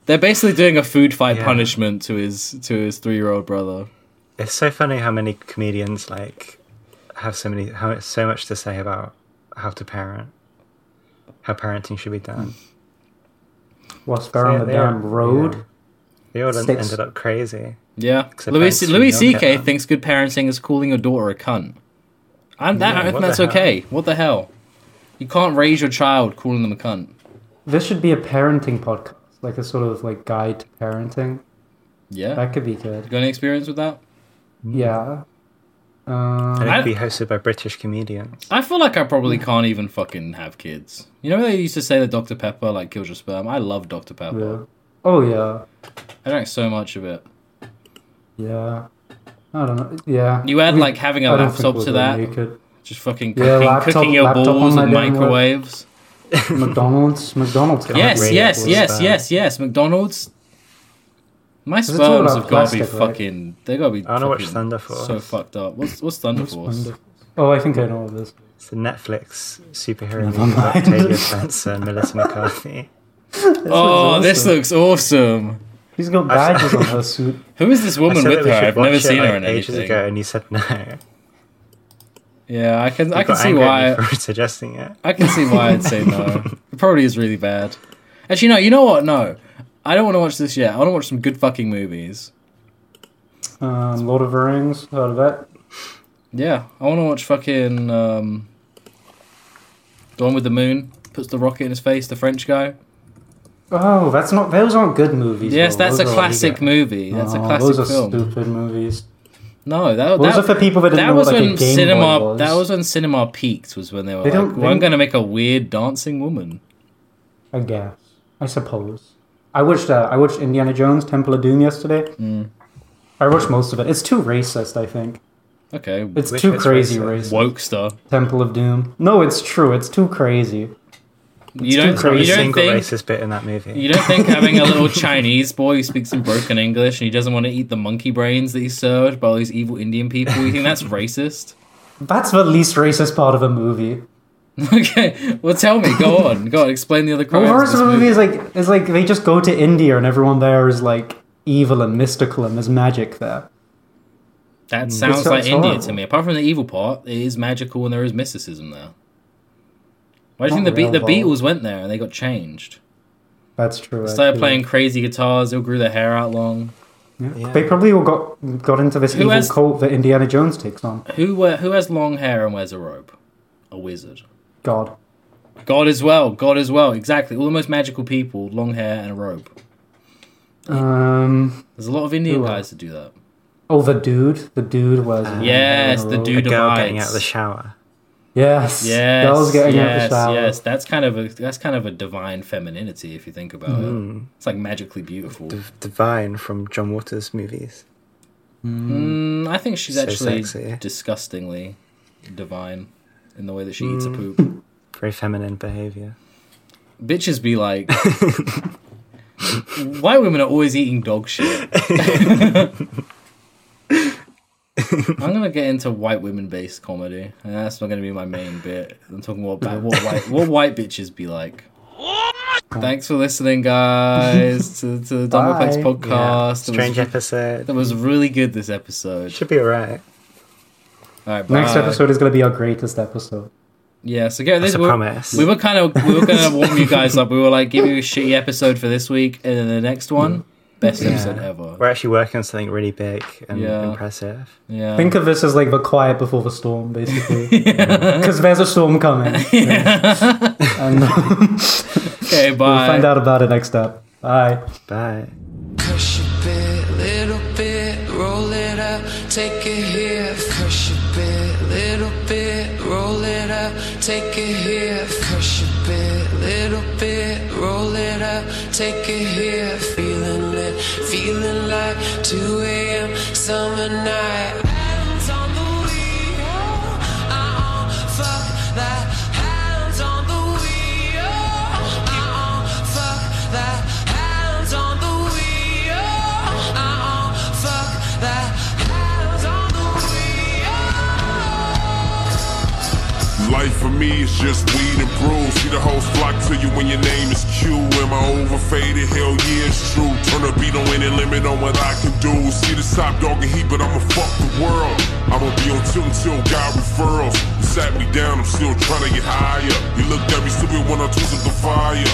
S2: They're basically doing a food fight
S4: Yeah.
S2: punishment to his to his three year old brother.
S4: it's so funny how many comedians like have so many how so much to say about how to parent, how parenting should be done.
S3: Whilst they're on
S4: Yeah,
S3: the
S4: they are-
S3: damn road.
S4: yeah. They all en-
S3: Sticks.
S4: ended up crazy.
S2: Yeah.
S4: Except
S2: Louis,
S4: parents
S2: Louis
S4: who don't get
S2: C.K.
S4: that.
S2: thinks good parenting is calling your daughter a cunt. And that,
S4: Yeah,
S2: I
S4: what
S2: think that's
S4: the hell?
S2: okay. What the hell? You can't raise your child calling them a cunt.
S3: This should be a parenting podcast, like a sort of like guide to parenting.
S2: Yeah.
S3: That could be good.
S2: Got any experience with that?
S4: Mm.
S3: Yeah.
S4: And
S3: Uh,
S4: it
S2: I-
S4: could be hosted by British comedians.
S2: I feel like I probably can't even fucking have kids. You know they used to say that Dr. Pepper like kills your sperm? I love Dr. Pepper.
S3: yeah. Oh yeah.
S2: I drank so much of it.
S3: Yeah. I don't know. Yeah.
S2: You add
S3: We-
S2: like having a
S3: I don't think
S2: laptop
S3: we'll
S2: to
S3: go
S2: that,
S3: naked.
S2: just fucking
S3: Yeah,
S2: cooking,
S3: laptop-
S2: cooking your
S3: laptop on
S2: balls
S3: my
S2: in
S3: damn lap.
S2: microwaves.
S3: McDonald's. McDonald's. can't
S2: Yes,
S3: rate
S2: yes,
S3: it.
S2: yes,
S4: sperm.
S2: yes, yes. McDonald's. My
S3: it's all
S2: sperms
S3: about
S2: have got to be
S3: plastic, right?
S2: fucking. They got to be.
S4: I don't know what
S2: fucking
S4: Thunder Force.
S2: So fucked up. What's what's Thunder Force?
S3: Oh, I think I know what this.
S4: It's the Netflix superhero
S3: Never
S4: movie with
S3: mind.
S4: Octavia Spencer and Melissa McCarthy.
S2: oh,
S3: looks
S2: this
S3: awesome.
S2: looks awesome.
S3: She's got badges on her suit.
S2: Who is this woman
S4: said that
S2: with
S4: we
S2: her?
S4: should
S2: I've
S4: watch
S2: never
S4: it,
S2: seen
S4: like,
S2: her in
S4: ages
S2: anything.
S4: ago, and you said no. I,
S2: Yeah, I can I can
S4: got
S2: see
S4: angry at
S2: why
S4: you for suggesting it.
S2: I can see why I'd say no. It probably is really bad. Actually, no. You know what? No, I don't want to watch this yet. I want to watch some good fucking movies.
S3: Um, Lord of the Rings. Heard of that?
S2: Yeah, I want to watch fucking um, the one with the moon. Puts the rocket in his face. The French guy.
S3: Oh, that's not. Those aren't good movies.
S2: Yes,
S3: though.
S2: that's a
S3: Those are-
S2: classic movie. That's a
S3: Oh,
S2: classic
S3: Those are
S2: film.
S3: stupid movies.
S2: No, that,
S3: Those
S2: that,
S3: are for people that didn't
S2: that
S3: know
S2: was
S3: what, like, a
S2: when
S3: Game Boy
S2: cinema.
S3: was.
S2: That was when cinema peaked. Was when they were
S3: They
S2: like,
S3: don't-
S2: "Well, I'm
S3: they-
S2: going to make a weird dancing woman."
S3: I guess. I suppose. I watched. Uh, I watched Indiana Jones: Temple of Doom yesterday. I watched most of it. It's too racist. I think
S2: Okay,
S3: it's
S4: Which
S3: too
S4: is
S3: crazy
S4: racist?
S3: racist.
S2: woke stuff.
S3: Temple of Doom. No, it's true. It's too crazy.
S2: You don't.
S3: too
S4: Every
S2: You
S3: crazy.
S2: don't
S4: single
S2: think.
S4: racist bit in that movie.
S2: You don't think having a little Chinese boy who speaks in broken English and he doesn't want to eat the monkey brains that he's served by all these evil Indian people, you think that's racist?
S3: That's the least racist part of a movie.
S2: Okay, well, tell me. Go on. Go on. Explain the other
S3: The
S2: crimes. of
S3: worst
S2: this
S3: of the movie
S2: movie.
S3: is like is like they just go to India and everyone there is like evil and mystical and there's magic there.
S2: That sounds
S3: sounds
S2: like India to
S3: horrible.
S2: me. Apart from the evil part, it is magical and there is mysticism there. Why do you think
S3: Not
S2: the, Be-
S3: real
S2: the
S3: though.
S2: Beatles went there and they got changed?
S3: That's true.
S2: They started
S3: actually.
S2: playing crazy guitars, they all grew their hair out long.
S3: Yeah. They probably all got got into this
S2: Who
S3: evil
S2: has-
S3: cult that Indiana Jones takes on.
S2: Who wear, who has long hair and wears a robe? A wizard.
S3: God.
S2: God as well. God as well. Exactly. All the most magical people, long hair and a robe.
S3: Um.
S2: There's a lot of Indian
S3: Who are-
S2: guys that do that.
S3: Oh, the dude. The dude wears.
S2: Yes, the
S4: a
S2: dude
S4: girl getting
S2: divides.
S4: out of the shower.
S3: Yes.
S2: Yes,
S3: Girls getting
S2: yes,
S3: out the shower.
S2: yes. That's kind of a that's kind of a divine femininity if you think about
S4: Hmm.
S2: it. It's like magically beautiful.
S4: D- Divine from John Waters movies.
S2: Mm, I think she's
S4: So
S2: actually
S4: sexy.
S2: disgustingly divine in the way that she eats
S4: Hmm.
S2: a poop.
S4: Very feminine behavior.
S2: Bitches be like, white women are always eating dog shit. I'm gonna get into white women based comedy, and that's not gonna be my main bit. I'm talking about ba- what white what white bitches be like. Thanks for listening, guys, to, to the Dumbleplex
S3: Bye.
S4: Yeah.
S2: podcast. That
S4: Strange
S2: was,
S4: episode.
S2: that was really good this episode.
S4: Should be alright.
S2: All right,
S3: Next
S2: bye.
S3: episode is gonna be our greatest episode.
S2: Yeah, so get this.
S4: That's a
S2: we
S4: promise.
S2: We were kind of we were going to warm you guys up. We were like, give you a shitty episode for this week, and then the next one, best episode ever.
S4: We're actually working on something really big and
S2: Yeah.
S4: impressive.
S2: Yeah,
S3: Think of this as like the quiet before the storm, basically. Because there's a storm coming. and uh, we'll
S2: okay, bye.
S3: find out about it next up. Bye.
S4: Bye.
S8: Crush a bit, little bit, roll it up, take a hit. Crush a bit, little bit, roll it up, take a hit. Crush a bit, little bit, roll it up, take a hit. Feeling it, feeling like 2 a.m. summer night. Hands on the wheel, uh-uh, fuck that. Hands on the wheel, uh-uh, fuck that. Hands on the wheel, uh-uh, fuck that. Hands on the wheel.
S9: Life for me is just weed and brew. See the hoes flock to you when your name is Q. Am I overfaded? Hell yeah, it's true. Turn the beat on any limit on what I can do. See the top dog and heat, but I'ma fuck the world. I'ma be on tilt until God referrals. You sat me down, I'm still tryna get higher. You looked at me stupid when I twisted the fire.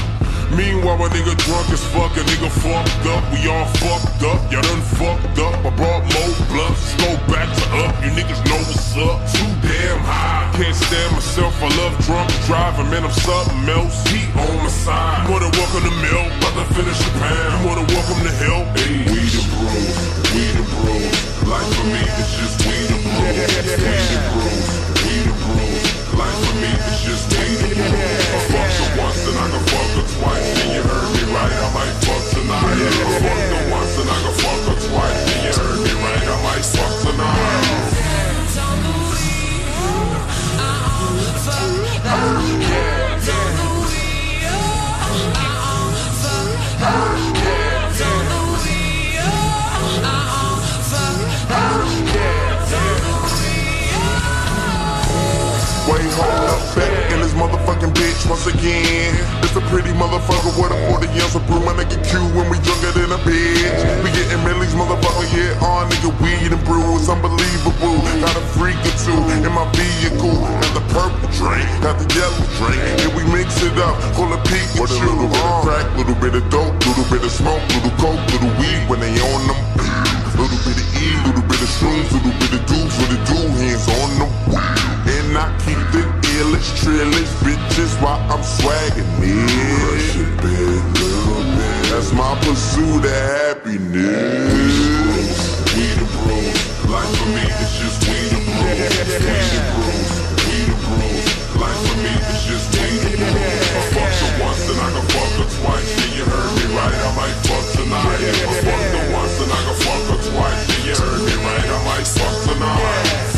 S9: Meanwhile, a nigga drunk as fuck, a nigga fucked up. We all fucked up, y'all done fucked up. I brought more blunts, go back to up. You niggas know what's up. Too damn high, can't stand myself. I love drunk driving, man. I'm something else. He on my side. You wanna welcome to milk, about to finish the pound. You wanna welcome to help? Hey, we the bros, we the bros. Life for me is just we the bros, we the bros, we the bros. Life for me is just we the bros. I fucked her once and I can fuck her twice. Then you heard me right, I might fuck tonight. I fucked her once and I can fuck her twice. Then you heard me right, I might fuck tonight. Way hold up back in this motherfucking bitch once again. This a pretty motherfucker with a 40 ounce of brew. My nigga Q when we younger than a bitch. We getting millies, motherfucker, yeah. All nigga weed and brew is unbelievable. Got a freak or two in my vehicle. Got the purple drink, got the yellow drink. And we mix it up, call it Pikachu. uh. With a little bit of crack, little bit of dope, little bit of smoke, little coke, little weed when they on them. little bit of E, little bit of shrooms, little bit of dudes with the do hands on the wheel. And I keep the illest, trillest bitches while I'm swagging it. That's my pursuit of happiness. We the bros, life for me is just we the bros. We the bros, we the bros. Life for me is just we the bros. I fucked her once and I can fuck her twice. Then you heard me right, I might fuck tonight. If I fucked her once and I can fuck her twice. Then you heard me right, I might fuck tonight.
S8: Uh-uh. Uh-uh.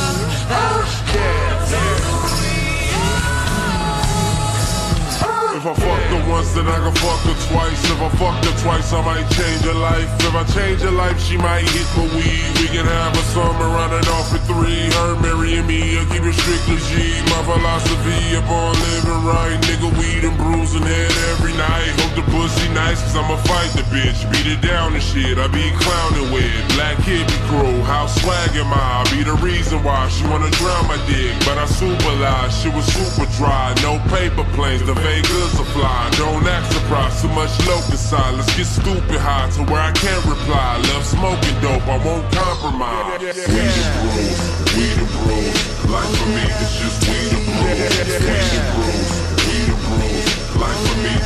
S8: Uh-uh.
S9: If I fuck her once, then I can fuck her twice. If I fuck her twice, I might change her life. If I change her life, she might hit for weed. We can have a summer running off for three. Her marrying me, I keep it strictly G. My philosophy upon living right. Nigga, weed and bruising head every night. Hope the pussy nice, cause I'ma fight the bitch. Beat it down and shit, I be clowning with. Black hippie crew, how swag am I? I be the reason why she wanna drown my dick. But I super lie, she was super dry. No paper planes, the Vegas goods supply. Don't act surprised, too much locuside. Let's get stupid high to where I can't reply. Love smoking dope, I won't compromise. We the bros, we the bros. Life for me is just we the bros. We the bros, we the bros. Life for me